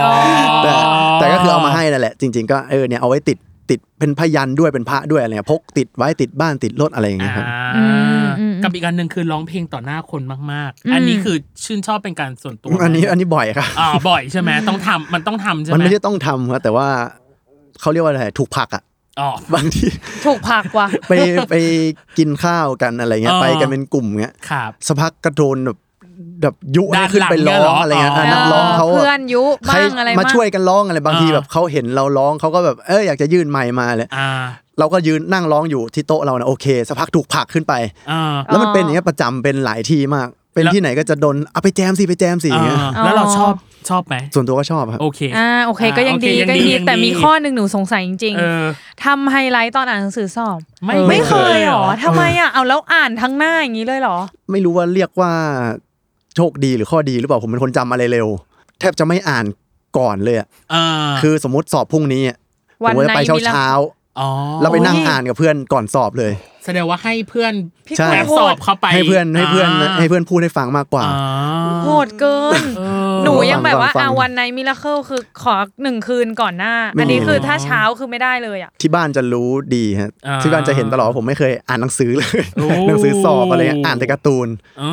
แต่ แต่ก็คือเอามาให้นั่นแหละ จริง ๆ ก็เออเนี่ยเอาไว้ติดติดเป็นพยันด้วยเป็นพระด้วยอะไรเงี้ยพกติดไว้ติดบ้านติดรถอะไรอย่างเงี้ยครับ อืมอืม กับอีกอันหนึ่งคือร้องเพลงต่อหน้าคนมาก อืม ๆ อันนี้คือชื่นชอบเป็นการส่วนตัว อันนี้ ไหม อันนี้บ่อยครับ อ่าบ่อยใช่ไหมต้องทำมันต้องทำใช่ไหม มันไม่ได้ต้องทำครับแต่ว่าเขาเรียกว่าอะไรถูกผลักอ่ะ อ๋อ บางที ถูกผลักว่ะ ไปไปกินข้าวกันอะไรเงี้ย อ่า ไปกันเป็นกลุ่มเงี้ย ครับ สักพักกระโดนแบบแบบยุให้ ด้าน ขึ้นไป หลั ร้ งเนี่ยเหรองออะไรเงี้ย อ๋อ อ่ะนักร้องเขา เพื่อนยุ ใคร บ้างอะไรบ้าง มาช่วยกันร้องอะไรบางที อ่า แบบเขาเห็นเราร้องเขาก็แบบเอออยากจะยื่นไมค์มาเลย อ่า เราก็ยืนนั่งร้องอยู่ที่โต๊ะเรานะโอเคสักพักถูกผลักขึ้นไป อ่า แล้วมันเป็นอย่างเงี้ยประจำเป็นหลายที่มาก เป็นที่ไหนก็จะโดนเอาไปแจมสิไปแจมสิอย่างเงี้ย อ่าแล้วเราชอบชอบไหม ส่วนตัวก็ชอบครับ โอเค อ่าโอเคก็ยัง อ่าโอเค ดี ยัง ก็ยัง ดี ดี ยัง แต่ ดี มีข้อหนึ่งหนูสงสัยจริง เออ ๆทำไฮไลท์ตอนอ่านหนังสือสอบ ไม่ ไม่เคยเหรอ เออ ทำไมอ่ะเอาแล้วอ่านทั้งหน้าอย่างนี้เลยเหรอ ไม่รู้ว่าเรียกว่าโชคดีหรือข้อดีหรือเปล่าผมเป็นคนจำอะไรเร็ว แทบจะไม่อ่านก่อนเลยอะ อ่า คือสมมติสอบพรุ่งนี้อะ ผ วัน มก็ ไหน จะไปมีเช้าละ เช้า อ๋อ ๆแล้วไปนั่งอ่านกับเพื่อนก่อนสอบเลย แสดงว่าให้เพื่อน พี่ ใช่ กุ แอ ล บ โห สอ ด บเข้าไป ให้เพื่อนให้เพื่อนา ให้เพื่อนพูดให้ฟังมากกว่า อ่า โหดเกิน เออ หนูยังแบบว่า ฟังๆ อาวันในมิราเคิลคือขอหนึ่งคืนก่อนหน้า ไม่ อันนี้ มี คือถ้าเช้าคือไม่ได้เลยอ่ะ ที่บ้านจะรู้ดีฮะ อ่า ที่บ้านจะเห็นตลอดว่าผมไม่เคยอ่านหนังสือเลย โอ้ หนังสือสอบอะไรเงี้ยอ่านแต่การ์ตูน อ่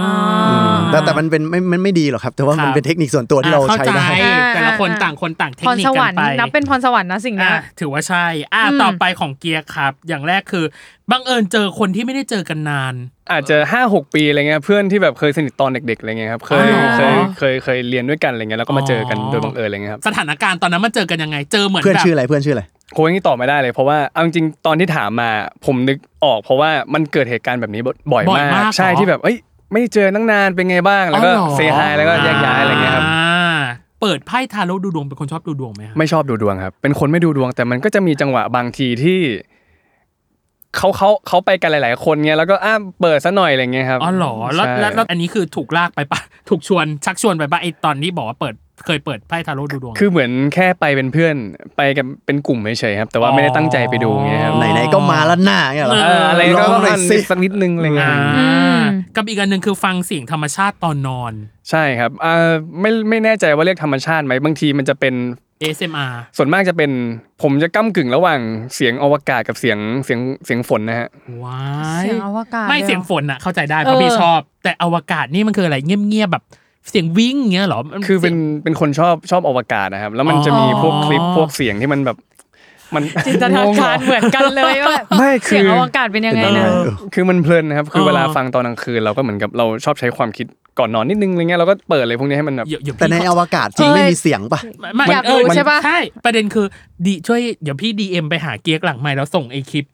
า แต่แต่มันเป็นไม่มันไม่ดีหรอกครับ แต่ว่า ครับ มันเป็นเทคนิคส่วนตัวที่เรา อ่ ใช้ ข้ ได้ จแต่ละคน อ่า ต่างคนต่างเทค พร นิค สว กั รรนค์ ไป นับเป็นพรสวรรค์นะสิ่งเนี้ยอ่ะถือว่าใช่ อ่ะ อืม ต่อไปของเกียร์ครับ อย่างแรกคือ บังเอิญเจอคนที่ไม่ได้เจอกันนาน อาจจะห้าหกปีอะไรเงี้ยเพื่อนที่แบบเคยสนิทตอนเด็กๆอะไรเงี้ยครับเคย อ๋อ เคยเคยเคยเรียนด้วยกันอะไรเงี้ยแล้วก็มาเจอกัน อ๋อ โดยบังเอิญอะไรเงี้ยครับ สถานการณ์ตอนนั้นมันเจอกันยังไง เจอเหมือน เพื่อน แบบ ชื่ออะไรเพื่อนชื่ออะไร โค้งนี่ตอบไม่ได้เลย เพราะว่าเอาจริงๆตอนที่ถามมาผมนึกออก เพราะว่ามันเกิดเหตุการณ์แบบนี้บ่อย บ่อยมาก มาก ใช่ เหรอ ที่แบบเอ้ย ไม่เจอตั้งนานเป็นไงบ้างแล้วก็ อ๋อหรอ เซฮายแล้วก็แยกย้ายอะไรเงี้ยครับ าเปิดไพ่ทาโร่ดูดวงเป็นคนชอบดูดวงไหมครับ ไม่ชอบดูดวงครับ เป็นคนไม่ดูดวงแต่มันก็จะมีจังหวะบางทีที่เขาเขาเขาไปกันหลาย ๆ คนเงี้ยแล้วก็อ้าเปิดซะหน่อยอะไรเงี้ยครับ อ๋อเหรอแล้ว ใช่ แล้วแล้วอันนี้คือถูกลากไปปะ ถูกชวนชักชวนไปปะไอตอนที่บอกว่าเปิดเคยเปิดไพ่ทาโร่ดูดวง คือเหมือนแค่ไปเป็นเพื่อนไปกันเป็นกลุ่มเฉยๆครับ แต่ว่าไม่ได้ตั้งใจไปดูเงี้ยครับ อ๋อ ไหนๆก็มาแล้วหน้าเงี้ยเหรอ เอออะไรลก็อต้อง งหน่อยสิ สักนิดนึงอะไรเงี้ย อ่า อืม กับอีกอันหนึ่งคือฟังเสียงธรรมชาติตอนนอน ใช่ครับอ่าไม่ไม่แน่ใจว่าเรียกธรรมชาติไหมบางทีมันจะเป็น ASMR ส่วนมากจะเป็นผมจะก้ากึ่งระหว่างเสียงอวกาศกับเสียงเสียงเสียงฝนนะฮะ ว้าย เสียงอวกาศ ไม่ ด้วย เสียง หรอ ฝนอะเข้าใจได้เพราะ เออ พี่ชอบ แต่อวกาศนี่มันคืออะไรเงียบๆแบบเสียงวิ่งเงี้ยเหรอมั คือเป็น สียง เป็นคนชอบชอบอวกาศนะครับ แล้วมัน อ๋อ จะมีพวกคลิปพวกเสียงที่มันแบบ มัน จินตนาการเหมือนกันเลยว่าแบบ ไม่คือ เสียงอวกาศเป็นยังไงนะ คือมันเพลินนะครับ คือ เออ เวลาฟังตอนกลางคืนเราก็เหมือนกับเราชอบใช้ความคิดก่อนนอนนิดนึงอะไรเงี้ยเราก็เปิดเลยพวกนี้ให้มันแบบ เดี๋ยวเดี๋ยว แต่ใน พี่ อวกาศจริง เอ้ย ไม่มีเสียงป่ะ ไม่ไม่ อยากรู้ มัน ใช่ปะ ใช่ประเด็นคือดีช่วยเดี๋ยวพี่ DM ไปหาเกียกหลังใหม่แล้วส่งไอคลิป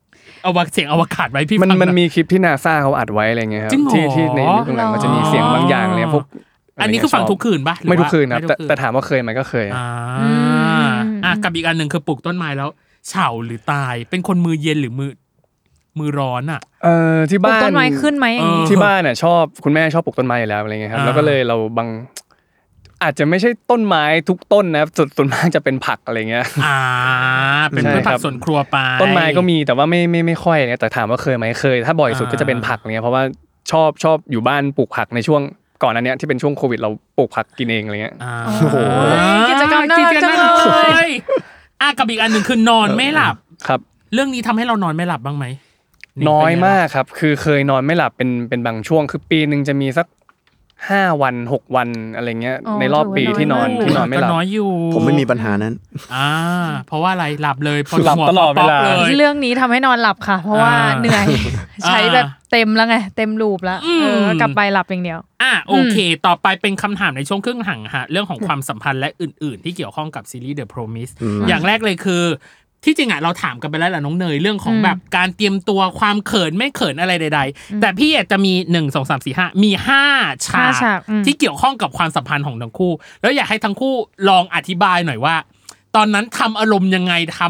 อวกเสียงอวกาศไว้พี่ มัน ฟัง มัน หอย มีคลิปที่นาซาเขาอัดไว้อะไรเงี้ยครับ จริงเหรอ ที่ที่ในยุคหลังๆมันจะมีเสียงบางอย่างเลยพวก อันนี้คือฟังทุกคืนปะหรือ ไม่ทุก ว่า คืนครับ ไม่ แต่ ทุกคืน แต่ถามว่าเคยไหมก็เคย อ่า อืม อ่ะกับอีกอันหนึ่งคือปลูกต้นไม้แล้ว เฉาหรือตาย เป็นคนมือเย็นหรือมือ มือร้อนอ่ะ เอ่อที่ ปลูก บ้าน ต้นไม้ขึ้นไหมอย่างนี้ เออ ที่บ้านน่ะชอบคุณแม่ชอบปลูกต้นไม้อยู่แล้วอะไรเงี้ยครับ อ่า แล้วก็เลยเราบางอาจจะไม่ใช่ต้นไม้ทุกต้นนะครับส่วนส่วนมากจะเป็นผักอะไรเงี้ย อ่า เป็น ใช่ พืชผั ครั ก บ สวนครัวไป ต้นไม้ก็มีแต่ว่าไม่ไม่ไม่ค่อยนะแต่ถามว่าเคยไหมเคย ถ้าบ่อยสุดก็จะเป็นผักอะไรเงี้ยเพราะว่าชอบชอบอยู่บ้านปลูกผักในช่วงก่อนอันเนี้ยที่เป็นช่วงโควิดเราปลูกผักกินเองอะไรเงี้ย อ่า โอ้โหกิจกรรมน่ารักจังเลย กิจกรรมน่ารักเลยอ่ะกับอีกอันหนึ่งคือนอนไม่หลับ ครับ เรื่องนี้ทำให้เรานอนไม่หลับบ้างไหม น้อยมากครับ คือเคยนอนไม่หลับเป็นเป็นบางช่วง คือปีหนึ่งจะมีสักห้าวันหกวันอะไรเงี้ย อ๋อ ในรอบปีที่นอน ถื ที่ ว่ นอนไม่หลับ ก็น้อยอยู่ ผมไม่มีปัญหานั้น อ่า เพราะว่าอะไรหลับเลยพอ หลับตลอดเวลา หัป๊อกย เรื่องนี้ทำให้นอนหลับค่ะ เพราะว่า อ่า เหนื่อย ใช้แบบ อ่า เต็มแล้วไง เต็มรูปแล้ว อืม เออกลับไปหลับอย่างเดียว อ่ะโอเค ต่อไปเป็นคำถามในช่วงครึ่งหลังฮะเรื่องของความสัมพันธ์และอื่น ๆ ที่เกี่ยวข้องกับซีรีส์ The Promise อย่างแรกเลยคือ ที่จริงอ่ะเราถามกันไปแล้วแหละน้องเนยเรื่องของแบบการเตรียมตัวความเขินไม่เขินอะไรใด ๆ แต่พี่อยากจะมี 1 2 3 4 5 มี 5 ฉา ห้าก ฉากอืม ที่เกี่ยวข้องกับความสัมพันธ์ของทั้งคู่ แล้วอยากให้ทั้งคู่ลองอธิบายหน่อยว่า ตอนนั้นทำอารมณ์ยังไงท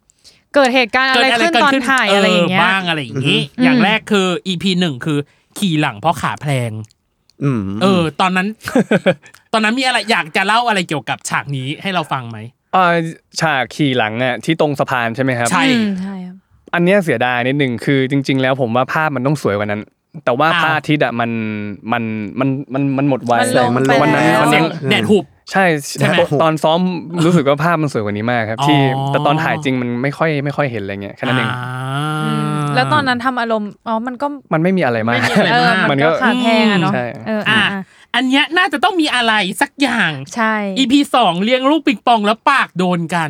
ำ เกิดเหตุการณ์อะไรขึ้นตอนถ่ายอะไรอย่างเงี้ย บ้างอะไรอย่างงี้ อย่างแรกคือ EP หนึ่งคือ ขี่หลังเพราะขาแพลงเออ ตอนนั้น ตอนนั้นมีอะไรอยากจะเล่าอะไรเกี่ยวกับฉากนี้ให้เราฟังไหม อ่าฉากขี่หลังอ่ะที่ตรงสะพานใช่ไหมครับ ใช่ อืมใช่ครับ อันเนี้ยเสียดายนิดหนึ่งคือจริง ๆ แล้วผมว่าภาพมันต้องสวยกว่านั้น แต่ว่า อ้าว พระอาทิตย์อะมันมันมันมันมันหมดไว มันลง มันลง ไป วันนั้น แล้ว วัน เสีย นั้ ง น แดดหุบ ใช่ ใช่ไหม ตอนซ้อมรู้สึกว่าภาพมันสวยกว่านี้มากครับ อ๋อ ที่แต่ตอนถ่ายจริงมันไม่ค่อยไม่ค่อยเห็นอะไรเงี้ยแค่นั้นเอง อ่า แล้วตอนนั้นทำอารมณ์อ๋อมันก็ มันไม่มีอะไรมาก ไม่มีอะไร เออ มาก มันก็ขาดแพงอะเนาะ ใช่ เออ อ่ะ อ่ะ อันเนี้ยน่าจะต้องมีอะไรสักอย่าง ใช่ EP สองเลี้ยงลูกปิงปองแล้วปากโดนกัน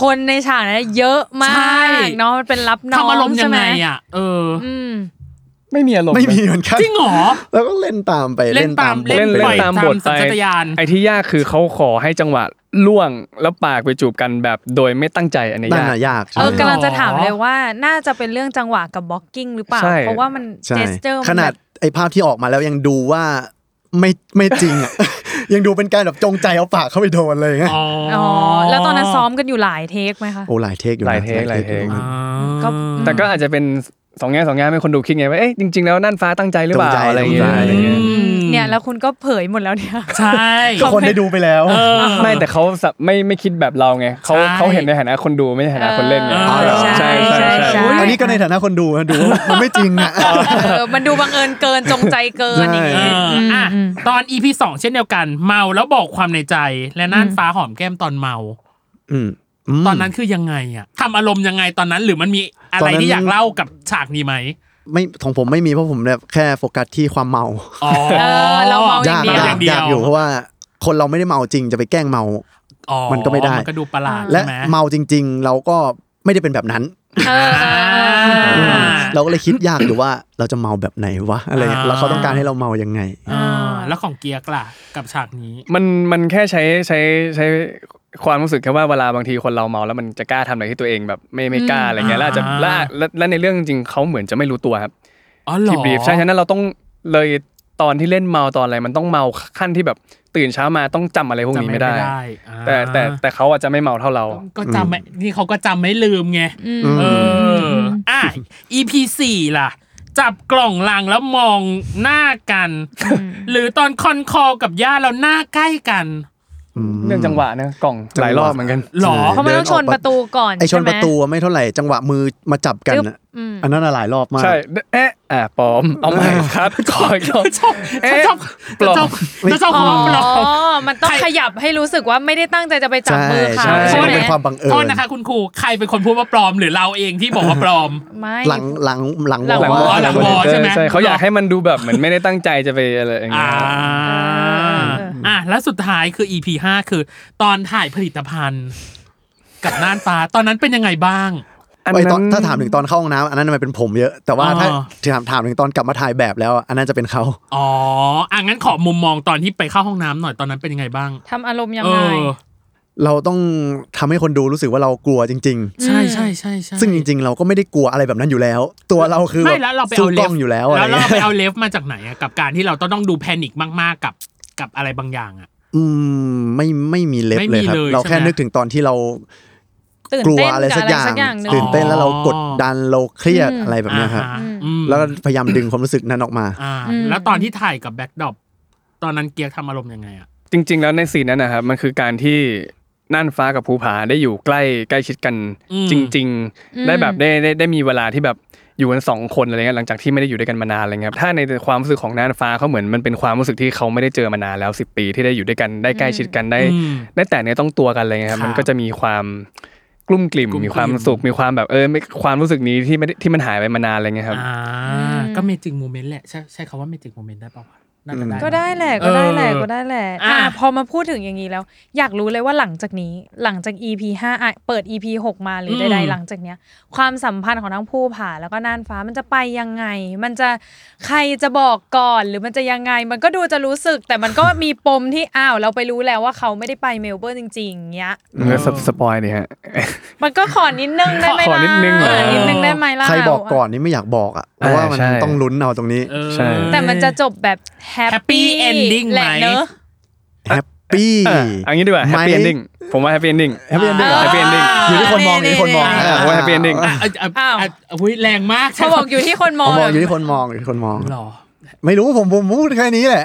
คนในฉากนั้นเยอะมา ใช่ กเนาะมันเป็นรับน้อง ทำอารมณ์ยั ใช่ ง ไหม ไงอ่ะ เอออ อืม ไม่มีอารมณ์ ไม่มีเหมือนกัน จริงเหรอ แล้วก็เล่นตามไป เล่นตาม บท เล่น ไป เล่น ปล่อย ตาม ตาม บท สัญไปชาตญาณ ไอ้ที่ยากคือเขาขอให้จังหวะล่วงแล้วปากไปจูบกันแบบโดยไม่ตั้งใจอันเนี้ย นั่น ยาก น่ะยาก เอ ใช่ อกำลังจะถามเลยว่าน่าจะเป็นเรื่องจังหวะกับบ็อกกิ้งหรือเปล่า ใช่ เพราะว่ามัน ใช่ เจสเจอร์ ขนาดไอ้ภาพที่ออกมาแล้วยังดูว่าไม่ไม่จริงอ่ะ ยังดูเป็นการแบบจงใจเอาปากเข้าไปโดนเลยไง อ๋อ อ๋อแล้วตอนนั้นซ้อมกันอยู่หลายเทคไหมคะ โอ้หลายเทคอยู่นะ หลายเทคหลายเทค อยู่นะ อ่า ก็ แต่ก็อาจจะเป็นสองแง่สองแง่ให้คนดูคิดไงว่าเอ๊ะจริง ๆ แล้วนั่นฟ้าตั้งใจหรือเปล่า ตั้งใจ อะไรอย่างเงี้ ตั้งใจ ย ม เนี่ยแล้วคุณก็เผยหมดแล้วเนี่ย ใช่ ทุกคนได้ดูไปแล้ว เออ ไม่แต่เขาสะไม่ไม่คิดแบบเราไงเขา ใช่ เขาเห็นในฐานะคนดูไม่ใช่ฐานะคนเล่นไง เอออ๋อเหรอ ใช่ ใช่ ใช่ ใช่ ใช่ อันนี้ก็ในฐานะคนดูนะดูว่ามันไม่จริงอ่ะ เออมันดูบังเอิญเกินจงใจเกินอย่าง เอ งี้ ออ่ะตอน EP สองเช่นเดียวกัน เมาแล้วบอกความในใจและน่านฟ้าหอมแก้มตอนเมา อืมม ตอนนั้นคือยังไงอ่ะทำอารมณ์ยังไงตอนนั้นหรือมันมีอะไร ตอนนั้น ที่อยากเล่ากับฉากนี้ไหม ไม่ของผมไม่มีเพราะผมแบบแค่โฟกัสที่ความเมา อ๋อ เออเราเม อ ยาก เดีว ยากยากอยู่เพ เพราะ ราะว่าคนเราไม่ได้เมาจริงจะไปแกล้งเมา มันก็ไม่ได้ มันก็ดูประหลาด และ ใช่ไหม เมาจริง ๆ เราก็ไม่ได้เป็นแบบนั้น เออเออ อ่า เราก็เลยคิดยากอยู่ว่าเราจะเมาแบบไหนวะอะไรเงี้ย อ่า แล้วเขาต้องการให้เราเมายังไง อ่าแล้วของเกียร์กล่ะกับฉากนี้ มันมันแค่ใช้ใช้ใช้ความรู้สึกแค่ว่าเวลาบางทีคนเราเมาแล้วมันจะกล้าทำอะไรที่ตัวเองแบบไม่ไม่กล้าอะไรเงี้ยแล้วอาจจะ อ่า และและและในเรื่องจริงๆเขาเหมือนจะไม่รู้ตัวครับ อ๋อเหรอ ที่บีบใช่ฉะนั้นเราต้องเลย ตอนที่เล่นเมาตอนอะไรมันต้องเมาขั้นที่แบบตื่นเช้ามาต้องจำอะไรพวกนี้ไม่ได้ อ่า แต่แต่แต่เขาอาจจะไม่เมาเท่าเรา ก็จำไม่นี่เขาก็จำไม่ลืมไง เอออ่ะ EP สี่ล่ะ จับกล่องลังแล้วมองหน้ากัน หรือตอนคอนคอลกับย่าแล้วหน้าใกล้กัน เรื่องจังหวะนะกล่องหลายรอบเหมือนกัน หรอ เพราะมันต้องชนประตูก่อน ไอชน ใไหม ประตูอะไม่เท่าไหร่จังหวะมือมาจับกันอะอันนั้นอะหลายรอบมาก ใช่เอ๊ะอ่ะปลอมเอาใหม่ครับ ขออีกรอบ ชอบ เอ๊ะ ชอบ ปลอ ชอบ ม ชอบ อ๋อ ความปลอม มันต้อง ใคร ขยับให้รู้สึกว่าไม่ได้ตั้งใจจะไปจับ ใช่ มือเขา ใช่ ใช่ ใช่มัน ไห เป็นความบังเอิญ โทษนะคะคุณครูใครเป็นคนพูดว่าปลอมหรือเราเองที่บอกว่าปลอม ไม่ หลังหลังหลัง หลัง วอ วอ หลังวอ ใช่ไหม ใช่เขาอยากให้มันดูแบบเหมือนไม่ได้ตั้งใจจะไปอะไรอย่างเงี้ อ่าย อ่ะแล้วสุดท้ายคือ EP ห้าคือ ตอนถ่ายผลิตภัณฑ์ กับน่านฟ้าตอนนั้นเป็นยังไงบ้าง อัน ไอต นั้ อน น ถ้าถามถึงตอนเข้าห้องน้ำอันนั้นมันเป็นผมเยอะ แต่ว่าถ้า อ๋อ ถามถามถึงตอนกลับมาถ่ายแบบแล้วอะอันนั้นจะเป็นเขา อ๋ออ่ะงั้นขอมุมมองตอนที่ไปเข้าห้องน้ำหน่อยตอนนั้นเป็นยังไงบ้าง ทำอารมณ์ยัง เอ ไง อ เราต้องทำให้คนดูรู้สึกว่าเรากลัวจริง ใช่ใช่ใช่ใช่ ๆ ซึ่งจริง ๆ เราก็ไม่ได้กลัวอะไรแบบนั้นอยู่แล้ว ตัวเราคือ ไม่แล้วเราไป สู้ เอาเล กล้ ฟ องอยู่แล้วอะไร แล้วเราไป เงี้ย เอาเลฟมาจากไหนอะกับการที่เราต้องดูแพนิคมากๆกับกับอะไรบางอย่างอะ อืมไม่ไม่มีเล็บ ไม่มี เลยครับ เลย เราแค่ ใช่ไหม นึกถึงตอนที่เรา ตื่น กลัว เต้น อะไร กับ สัก อะไร อย่าง สักอย่างหนึ่ง ตื่นเต้นแล้วเรากดดันเราเครียด อืม อะไรแบบเนี้ยครับ อ่าฮะอืม แล้วก็พยายามดึงความรู้สึกนั้นออกมา อ่า อืม แล้วตอนที่ถ่ายกับแบ็กดรอปตอนนั้นเกียร์ทำอารมณ์ยังไงอะ จริง ๆ แล้วในซีนนั้นนะครับมันคือการที่น่านฟ้ากับภูผาได้อยู่ใกล้ใกล้ชิดกัน อืม จริง ๆ ได้แบบได้ได้ได้มีเวลาที่แบบอยู่กันสองคนอะไรเงี้ยหลังจากที่ไม่ได้อยู่ด้วยกันมานานอะไรเงี้ยครับถ้าในความรู้สึกของน่านฟ้าเขาเหมือนมันเป็นความรู้สึกที่เขาไม่ได้เจอมานานแล้ว 10 ปีที่ได้อยู่ด้วยกันได้ใกล้ชิดกันได้ อืม ได้แต่เนื้อต้องตัวกันอะไรเงี้ยครับ ครับ มันก็จะมีความกลุ่มกลิ่ม กลุ่มกลิ่ม มีความสุขมีความแบบเออไม่ความรู้สึกนี้ที่ไม่ได้ที่มันหายไปมานานอะไรเงี้ยครับ อ่า ก็เมจิกโมเมนต์แหละ ใช่ใช้คำว่าเมจิกโมเมนต์ได้ป่าวะน่าจะได้ ก็ นะ ได้แหละก็ได้แหละ เออ ก็ได้แหละ อ่ะ อ่ะพอมาพูดถึงอย่างนี้แล้ว อยากรู้เลยว่าหลังจากนี้หลังจาก EP ห้าอ่ะเปิด EP หกมาหรือใดๆหลังจากเนี้ย ความสัมพันธ์ของทั้งผู้ผ่าแล้วก็น่านฟ้ามันจะไปยังไง มันจะใครจะบอกก่อนหรือมันจะยังไง มันก็ดูจะรู้สึก แต่มันก็มีปมที่อ้าวเราไปรู้แล้วว่าเขาไม่ได้ไปเมลเบิร์นจริงๆเงี้ย แล้วสปสปอยนี่ฮะ มันก็ขอนิดนึงได้ไหม ขอ ล่ะ นิดนึงเหรอ นิดนึงได้ไหมล่ะ ใครบอกก่อนนี่ไม่อยากบอกอ่ะเพราะว่ามัน ใช่ ต้องลุ้นเอาตรงนี้ เออ ใช่ แต่มันจะจบแบบแฮป Happy ending แหละ ไหม เนอะ แฮปปี้ อ่ะอันนี้ดีกว่าแฮป ไม่ ปี้เอนดิ้งผมว่าแฮปปี้เอนดิ้ง Happy ending เหรอ แฮปปี้เอนดิ้ง อยู่ที่คนมองอยู่ที่คนมอง อ่ะผมว่าแฮปปี้เอนดิ้ง อ่ะอ่ะอ่ะ อ้าว อ่ะอุ้ยแรงมาก เขาบอกอยู่ที่คนม ผ อ ม ง มองอยู่ที่คนมองอยู่ที่คนมอง หรอ ไม่รู้ผมผมพูดแค่นี้แหละ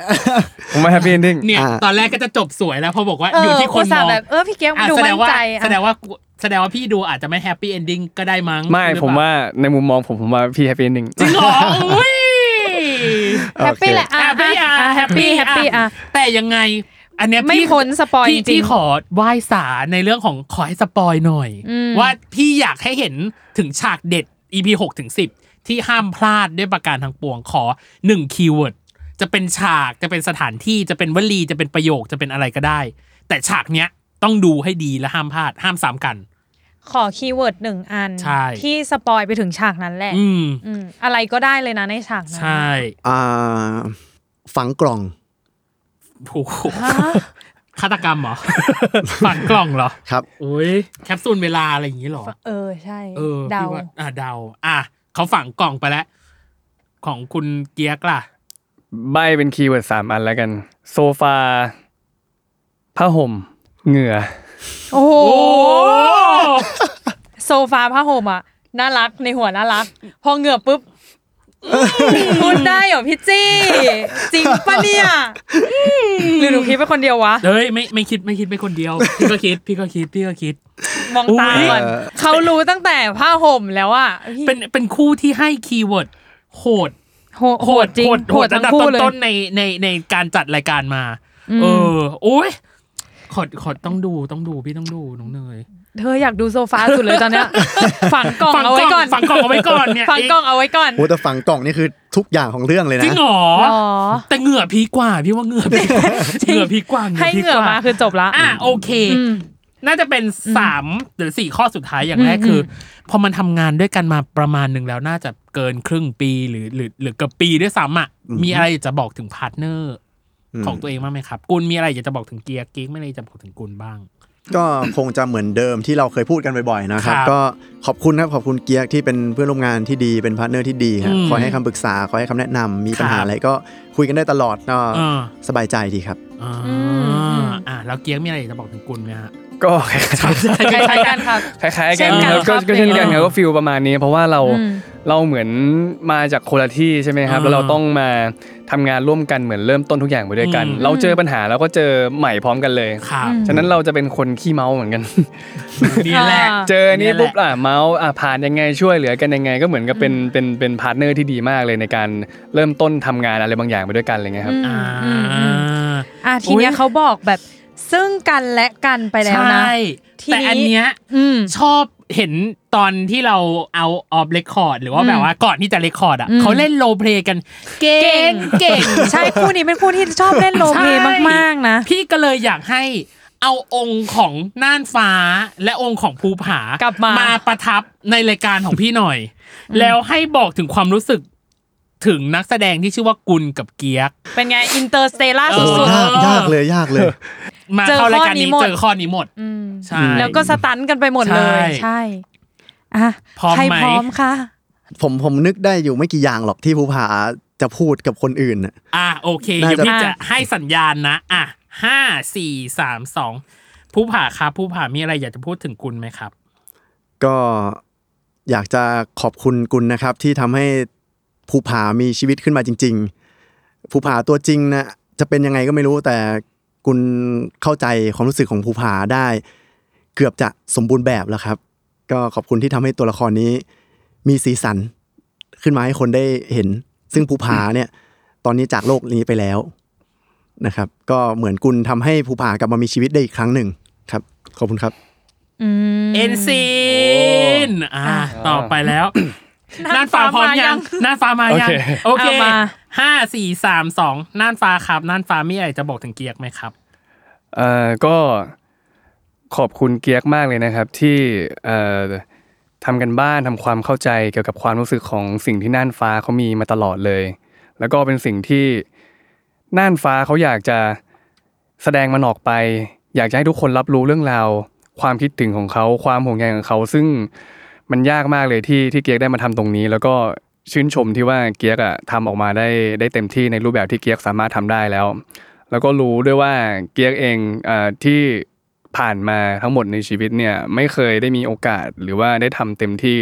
ผมว่าแฮปปี้เอนดิ้ง เนี่ย อ่า ตอนแรกก็จะจบสวยแล้วพอบอกว่า เออ อ อยู่ ที่คอุนต ม ส่า อง ห์แบบเออพี่เกม อ่ะ ดู แสด มั่ ง น ว่า ใจ แสดงว่ากูแสดงว่าพี่ดูอาจจะไม่แฮปปี้เอนดิ้งก็ได้มั้ง ไม่ หรือเปล่ ผมว่าในมุมมองผมผมว่าพี่แฮปปี้เอนดิ้ง จริงเหรออุ้ย แฮปปี้แหละอ่ะ แฮปปี้อ่ะ แฮปปี้แฮปปี้อ่ะ แต่ยังไง อันเนี้ยพี่ ไม่พ้นสปอย พี่ จริงๆ พี่ขอไหว้สาลในเรื่องของขอให้สปอยหน่อย อืม ว่าพี่อยากให้เห็นถึงฉากเด็ด EP หกถึงสิบที่ห้ามพลาดด้วยประการทางปวงขอหนึ่งคีย์เวิร์ดจะเป็นฉากจะเป็นสถานที่จะเป็นวลีจะเป็นประโยคจะเป็นอะไรก็ได้ แต่ฉากเนี้ยต้องดูให้ดีและห้ามพลาดห้ามซ้ำกัน ขอคีย์เวิร์ดหนึ่งอัน ใช่ ที่สปอยไปถึงฉากนั้นแหละ อืม อืมอะไรก็ได้เลยนะในฉากนั้น ใช่ อ่าฝังกล่อง ถูกฆาตกรรมเหรอ ฝังกล่องเหรอ ครับ โอ้ยแคปซูลเวลาอะไรอย่างนี้เหรอ เออใช่ เออ เดา พี่ว่อ่ะเดา อ่ะเขาฝังกล่องไปแล้ว ของคุณเกียกล่ะ ใบเป็นคีย์เวิร์ดสามอันแล้วกัน โซฟาผ้าห่ม เหงื่อ โอ้โหโซฟาผ้าห่มอ่ะน่ารักในหัวน่ารัก พอเหงื่อ ปุ๊บพูดได้เหรอพี่จี้ จริงปะเนี่ยหรือหนูคิดเป็นคนเดียววะ เฮ้ยไม่ไม่คิดไม่คิดไม่คนเดียว พี่ก็คิด พี่ก็คิดพี่ก็คิด มองตา อุ๊ย ก่อนเขารู้ตั้งแต่ผ้าห่มแล้วอ่ะพี่ เป็นเป็นคู่ที่ให้คีย์เวิร์ดโหด โหโหดจริง โหดโหด ทั้งระดับ คู่เลย ต้นๆในในในการจัดรายการมา เออโอ้ยขอขอต้องดูต้องดูพี่ต้องดูน้องเนย เธออยากดูโซฟาสุดเลยตอนเนี้ ย ฝังกล่อง ฝั เอาไว้ก่อน ฝังกล่องเอาไว้ก่อนเนี่ย ฝังกล่องเอาไว้ก่อน โอ้แต่ฝังกล่องนี่คือทุกอย่างของเรื่องเลย เอ๊ะจรินะงเหรอ อ๋อ แต่เหงื่อพีกกว่า พี่ว่าเหงื่อพีกกว่า จริง เหงื่อพีกกว่า ให้เหงื่อ พีกกว่ มาคือจบละ อ่ะโอเค น่าจะเป็นสามหรือสี่ข้อสุดท้ายอย่างแรกคืออพอมันทำงานด้วยกันมาประมาณหนึ่งแล้วน่าจะเกินครึ่งปีหรือหรือหรือเกือบปีด้วยซ้ำอ่ะมีอะไรอยากจะบอกถึงพาร์ทเนอร์ อืม ของตัวเองบ้างไหมครับ กุลมีอะไรอยากจะบอกถึงเกียร์กิ๊กไม่ได้จะบอกถึงกุลบ้าง ก็คงจะเหมือนเดิมที่เราเคยพูดกันบ่อยๆนะครับ ครับ ก็ขอบคุณครับขอบคุณเกียร์ที่เป็นเพื่อนร่วมงานที่ดีเป็นพาร์ทเนอร์ที่ดีครับคอยให้คำปรึกษาคอยให้คำแนะนำมีปัญหาอะไรก็คุยกันได้ตลอดก็ เออ สบายใจดีครับ อ่า อืมอืม อ่าแล้วเกียงมีอะไรจะบอกถึงกุลไหมฮะ ก็คล้ายๆ ใช่ๆกันครับ คล้ายๆ เช่นกักันน ครับคก็รับ ก็เช่นกัอะไรอนคย่างเงี้ รัยบก็ฟิลประมาณนี้เพราะว่าเรา อืม เราเหมือนมาจากคนละที่ใช่ไหมครับ อ่า แล้วเราต้องมาทำงานร่วมกันเหมือนเริ่มต้นทุกอย่างไปด้วยกัน อืม เราเจอปัญหาเราก็เจอใหม่พร้อมกันเลย ครับ ฉะนั้นเราจะเป็นคนขี้เมาเหมือนกัน นี่แหละ อ่า เจอนี่ปุ๊บ เนี่ยแหละ อ่ะเมาส์อ่ะผ่านยังไงช่วยเหลือกันยังไง ก็เหมือนกับเป็นเป็นเป็นพาร์ทเนอร์ที่ดีมากเลยในการเริ่มต้นทำงานอะไรบางอย่างไปด้วยกันอะไรเงี้ยครับ อื าม อืมอืมอ่ะทีเนี้ยเขาบอกแบบซึ่งกันและกันไปแล้วนะ ใช่ ทีนี้ แต่อันเนี้ย อืม ชอบเห็นตอนที่เราเอาออฟเ e คคอร์ดหรือว่า อืม แบบว่าก่อนที่จะเ e คคอร์ดอ่ะ อืม เขาเล่นโรเพลกัน เก่ เก่ ง งเก่งใช่คู่นี้เป็นคู่ที่ชอบเล่นโรลเพลย์มากๆนะ พี่ก็เลยอยากให้เอาองค์ของน่านฟ้าและองค์ของภูผาก ลับมาม ประทับในรายการของพี่หน่อย แล้วให้บอกถึงความรู้สึกถึงนักแสดงที่ชื่อว่ากุลกับเกียก เป็นไงอินเตอร์สเตล่า เออ สุ โอ้ ด ยากยากเลยยากเลย มา เจอ เข้ารายการนี้ ข้อนี้หมด เจอข้อนี้หมด ๆอืม ใช่ แล้วก็สตันกันไปหมดเลย ใช่ ใช่อ่ะ พร้อม ใคร ไหม พร้อมคะ ผมผมนึกได้อยู่ไม่กี่อย่างหรอกที่ภูผาจะพูดกับคนอื่นน่ะ อ่ะโอเคเดี๋ยว น่าจะ พี่จะให้สัญญาณนะ อ่ะห้าสี่สามสองผู้ผ่าครับผู้ผ่ามีอะไรอยากจะพูดถึงคุณไหมครับ ก็อยากจะขอบคุณกุลนะครับ ที่ทำให้ภูผามีชีวิตขึ้นมาจริง ๆ ภูผาตัวจริงนะจะเป็นยังไงก็ไม่รู้ แต่กุลเข้าใจความรู้สึกของภูผาได้ เกือบจะสมบูรณ์แบบแล้วครับ ก็ขอบคุณที่ทำให้ตัวละครนี้ มีสีสันขึ้นมาให้คนได้เห็น ซึ่งภูผาเนี่ย ตอนนี้จากโลกนี้ไปแล้วนะครับ ก็เหมือนกุลทำให้ภูผากลับมามีชีวิตได้อีกครั้งหนึ่งครับ ขอบคุณครับ อืม เอ็นซีนอ่ะต่อไป แล้วน่านฟ้าพร้อมยังน่านฟ้ามายัง โอเค โอเค เอามา ห้าสี่สามสองน่านฟ้าครับน่านฟ้ามีอะไรจะบอกถึงเกียกไหมครับ เอ่อก็ขอบคุณเกียกมากเลยนะครับที่เอ่อทำกันบ้านทำความเข้าใจเกี่ยวกับความรู้สึกของสิ่งที่น่านฟ้าเขามีมาตลอดเลย แล้วก็เป็นสิ่งที่น่านฟ้าเขาอยากจะแสดงมันออกไป อยากจะให้ทุกคนรับรู้เรื่องราว ความคิดถึงของเขาความห่วงใยของเขา ซึ่งมันยากมากเลยที่ที่เกียกได้มาทำตรงนี้ แล้วก็ชื่นชมที่ว่าเกียกอะทำออกมาได้ได้เต็มที่ในรูปแบบที่เกียกสามารถทำได้แล้ว แล้วก็รู้ด้วยว่าเกียกเองเออที่ผ่านมาทั้งหมดในชีวิตเนี่ยไม่เคยได้มีโอกาสหรือว่าได้ทำเต็มที่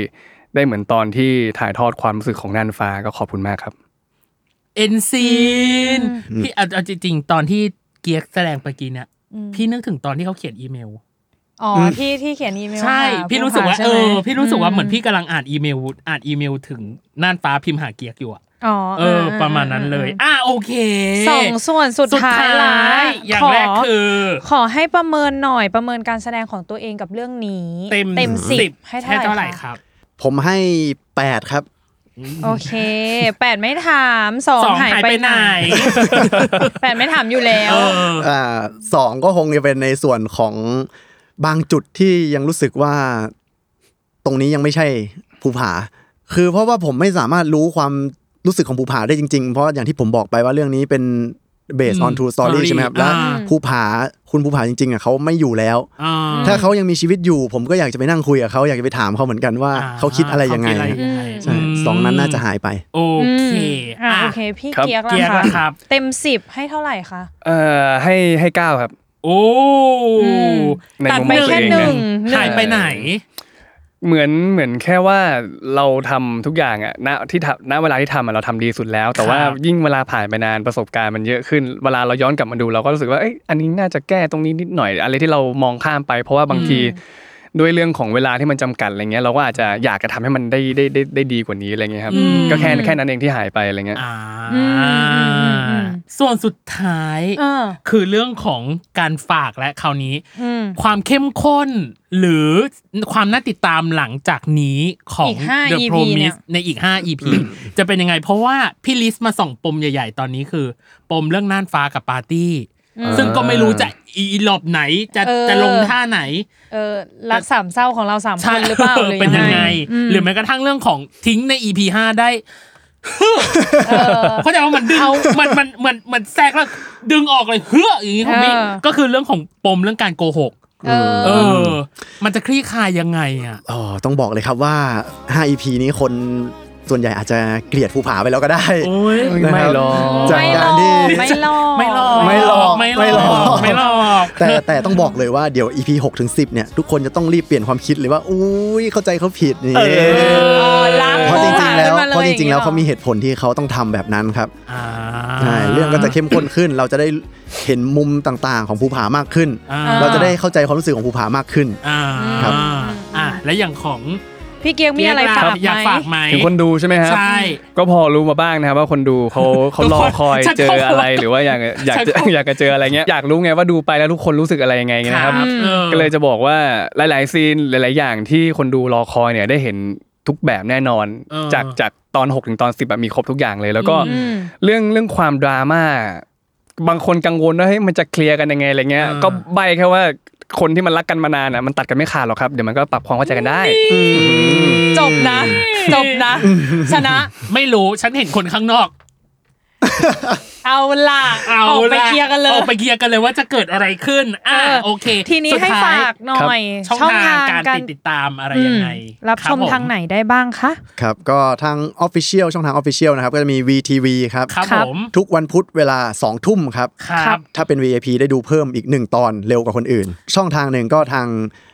ได้เหมือนตอนที่ถ่ายทอดความรู้สึกของน่านฟ้าก็ขอบคุณมากครับ เอ็นซีนพี่เอาเอาจริงๆ ตอนที่เกียกแสดงไปกี้เนี่ยพี่นึกถึงตอนที่เขาเขียนอีเมล อ๋อที่ที่เขียนอีเมล ใช่ ห พี่รู้สึกว่า ผู้ห เอ ใช่ อ ไหม พี่รู้สึกว่าเหมือนพี่กำลังอ่านอีเมลอ่านอีเมลถึงน่านฟ้าพิมพ์หาเกียกอยู่อะ อ๋อ เออ ประมาณนั้นเลย อ่ะโอเค สองส่วนสุดท้ายละ อย่าง ข แรกคือ ขอให้ประเมินหน่อยประเมินการแสดงของตัวเองกับเรื่องนี้ เต็ม สิ สิ บบ ให้ ให้ เท่า เท่า ไห ไห ร่คร่ครับ รับ ผมให้ 8 ครับ โอเคแปดไม่ถามสอง สอง หาย หาย ไป ไป ไห ไห น น แปดไม่ถามอยู่แล้ว เออ อ่าสองก็คงจะเป็นในส่วนของบางจุดที่ยังรู้สึกว่า ตรงนี้ยังไม่ใช่ภูผา คือเพราะว่าผมไม่สามารถรู้ความรู้สึกของภูผาได้จริงๆ เพราะอย่างที่ผมบอกไปว่าเรื่องนี้เป็นเบสออน อืม ทูสตอรี่ story ใช่ไหมครับ แล้ว อ่า ภูผาคุณภูผาจริงๆอ่ะเขาไม่อยู่แล้ว อ่า ถ้าเขายังมีชีวิตอยู่ ผมก็อยากจะไปนั่งคุยกับเขาอยากจะไปถามเขาเหมือนกันว่าเขาคิดอะไรยังไง เขาคิด ฮะ ยังง ใช่สองนั้นน่าจะหายไป โอเค อ่ะโอเค พี่ ครับ เกียร์ เกียร์ ละ ละ ค ครั รับ เต็มสิบให้เท่าไหร่คะ เอ่อให้ให้เก้าครับ โอ้ อืม ใน ตัด มุม ไป มองตัว แค่หเองนะ นึ่ง หนึ่ง หายไปไหน เหมือนเหมือนแค่ว่าเราทำทุกอย่างอะณที่ทำณเวลาที่ทำอะเราทำดีสุดแล้ว แต่ว่า ครับ ยิ่งเวลาผ่านไปนานประสบการณ์มันเยอะขึ้น เวลาเราย้อนกลับมาดูเราก็รู้สึกว่าเอ้ยอันนี้น่าจะแก้ตรงนี้นิดหน่อย อะไรที่เรามองข้ามไป เพราะว่าบางทีด้วยเรื่องของเวลาที่มันจำกัดอะไรเงี้ยเราก็อาจจะอยากจะทำให้มันได้ได้ได้ได้ดีกว่านี้อะไรเงี้ยครับก็แค่แค่นั้นเองที่หายไปอะไรเงี้ย อ่า อืมอืมอืมอืม ส่วนสุดท้าย เออ คือเรื่องของการฝากและคราวนี้ อืม ความเข้มข้นหรือความน่าติดตามหลังจากนี้ของ อีกห้า The EP Promise ในอีก 5 EP จะเป็นยังไง เพราะว่าพี่ลิสต์มาส่องปมใหญ่ๆ ตอนนี้คือ ปมเรื่องน่านฟ้ากับปาร์ตี้ ซึ่งก็ไม่รู้จะอีหลบไหนจะ เออ จะลงท่าไหน เออรักสามเศร้าของเราสามค ใช่ นหรือเปล่าหรือ เป็นยังไง อืม หรือแม้กระทั่งเรื่องของทิ้งใน EP 5 ได้ เออ เขาใจว่ามันดึงมันมันมันมันแทรกแล้วดึงออกเลยเฮืออย่างนี้ของนี่ เออ ก็คือเรื่องของปมเรื่องการโกหก เออ เออ มันจะคลี่คลายยังไงอ่ะ อ๋อต้องบอกเลยครับว่า 5 EP นี้คนส่วนใหญ่อาจจะเกลียดภูผาไปแล้วก็ได้ โอ้ย เอ้ยไม่หรอก จาก ไม่หล กา อ รที่ กไม่หลอก ไม่หลอก ไม่หลอก ไม่ห ไม่ ล หล อ อก ก ไม่หลอก แต่แต่ต้องบอกเลยว่าเดี๋ยว EP 6ถึง10เนี่ยทุกคนจะต้องรีบเปลี่ยนความคิดเลยว่าอุ้ยเข้าใจเขาผิดนี่ เออล้าง เพราะจริงๆแล้ว โมหะขึ้นม เพราะจริงๆแล้ว อย่ย เขามีเหตุผลที่เขาต้องทำแบบนั้นครับ อ่า ใช่เรื่องก็จะเข้มข้นขึ้น เราจะได้เห็นมุมต่างๆ ของภูผามากขึ้น อ่ เราจะได้เข้าใจความรู้สึกของภูผามากขึ้น อ่า ครับ อ่าและอย่างของ พี่เกียงมีอะไร เรีย ฝาก อยาก ไหม ฝากไหม ถึงคนดูใช่ไหมครับ ใช่ ก็พอรู้มาบ้างนะครับว่าคนดูเขาเขารอคอย ฉัน เจ เข้า ออะไร ใจ หรือว่าอยากอยากจะ ฉันเข้า อยากจะเจออะไรเงี้ยอยากรู้ไงว่าดูไปแล้วทุกคนรู้สึกอะไรยังไงนะครับ ออ ก็เลยจะบอกว่าหลาย ๆ ซีนหลาย ๆ อย่างที่คนดูรอคอยเนี่ยได้เห็นทุกแบบแน่นอน เออ จากจากตอน 6 ถึงตอน 10อะมีครบทุกอย่างเลย แล้วก็ อืม เรื่องเรื่องความดราม่าบางคนกังวลว่าเฮ้ยมันจะเคลียร์กันยังไงอะไรเงี้ย เออ ก็ใบแค่ว่าคนที่มันรักกันมานานอ่ะมันตัดกันไม่ขาดหรอกครับเดี๋ยวมันก็ปรับความเข้าใจกันได้ จบนะ จบนะ ชนะ ไม่รู้ฉันเห็นคนข้างนอก เอาล่ะ เอา ออกไป ละ เคลียร์กันเล อย อกไปเคลียร์กันเลยว่าจะเกิดอะไรขึ้น อ่า เออ โอเค ทีนี้ สุด ให้ ท้ย ฝากหน่อย ช่องทางการติดติดตามอะไรยังไง อืมรับ ค ชม ผ ทางไหนได้บ้างคะ ครับก็ทาง Official ช่องทาง Official นะครับก็จะมี VTV ครับ ครับ ครั ผ บ ม ทุกวันพุธเวลา2ทุ่มครับ ครับ ถ้าเป็น VIP ได้ดูเพิ่มอีก 1 ตอนเร็วกว่าคนอื่น ช่องทางหนึ่งก็ทาง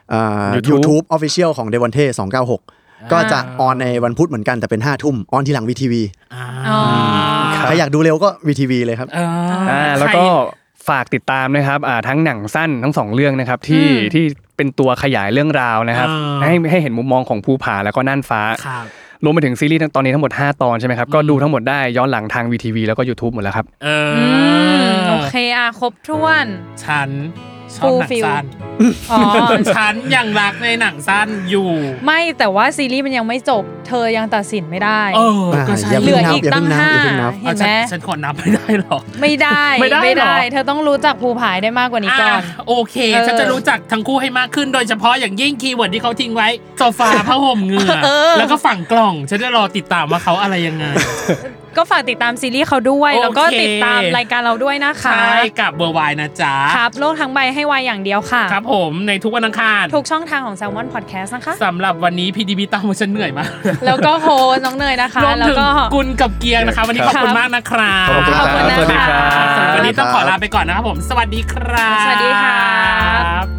เอ่อ YouTube YouTube Official ของ d e v o n t e 296 ก็จะออนในวันพุธเหมือนกันแต่เป็น 5 ทุ่มออนที่หลัง VTV อ๋อ ใครอยากดูเร็วก็ VTV เลยครับ อ่า ใคร แล้วก็ฝากติดตามนะครับอ่าทั้งหนังสั้นทั้งสองเรื่องนะครับที่ อืม ที่เป็นตัวขยายเรื่องราวนะครับ อ่า ให้ให้เห็นมุมมองของภูผาแล้วก็น่านฟ้า ครับ รวมไปถึงซีรีส์ตอนนี้ทั้งหมด 5 ตอนใช่ไหมครับ ก็ดูทั้งหมดได้ย้อนหลังทาง VTV แล้วก็ YouTube หมดแล้วครับ เอ อืม อ โอเคอ่ะครบถ้วน ฉันชอบหนัง Fulfill สั้น อ๋อ ฉันยังรักในหนังสั้นอยู่ ไม่แต่ว่าซีรีส์มันยังไม่จบ เธอยังตัดสินไม่ได้ เออก็ใช่ อย่า เห เพิ่ ลืองนับ อีก อย่า ตั้ง เพิ่งนับ ห้า อย่าเห็นไหเพิ่งนับม เอาฉันฉันขอนับไม่ได้หรอก ไม่ได้ ไม่ได้ ไม่ได้ เหรอ เธอต้องรู้จักภูผายได้มากกว่านี้ก่อน อ่ะโอเค เออ ฉันจะรู้จักทั้งคู่ให้มากขึ้นโดยเฉพาะอย่างยิ่งคีย์เวิร์ดที่เขาทิ้งไว้โซ ฟาผ้าห่มเหงื่อแล้วก็ฝั่งกล่อง ฉันจะรอติดตามว่าเขาอะไรยังไง ก็ฝากติดตามซีรีส์เขาด้วย โอเค แล้วก็ติดตามรายการเราด้วยนะคะ ใช่กับเบอร์วายนะจ๊ะ ครับโลกทั้งใบให้วายอย่างเดียวค่ะ ครับผมในทุกวันอังคาร ทุกช่องทางของ Salmon Podcast นะคะ สำหรับวันนี้พีดีบีตามฉันเหนื่อยมาก แล้วก็โฮสต์น้องเนยนะคะ รวม แล้ว ถึง ก็ กุลกับเกียงนะคะ วันนี้ขอบคุณมากนะครับ ขอบคุณครับ ขอบคุณนะคะ สวัสดีครับ วันนี้ต้องขอลาไปก่อนนะครับผม สวัสดีครับ สวัสดีครับ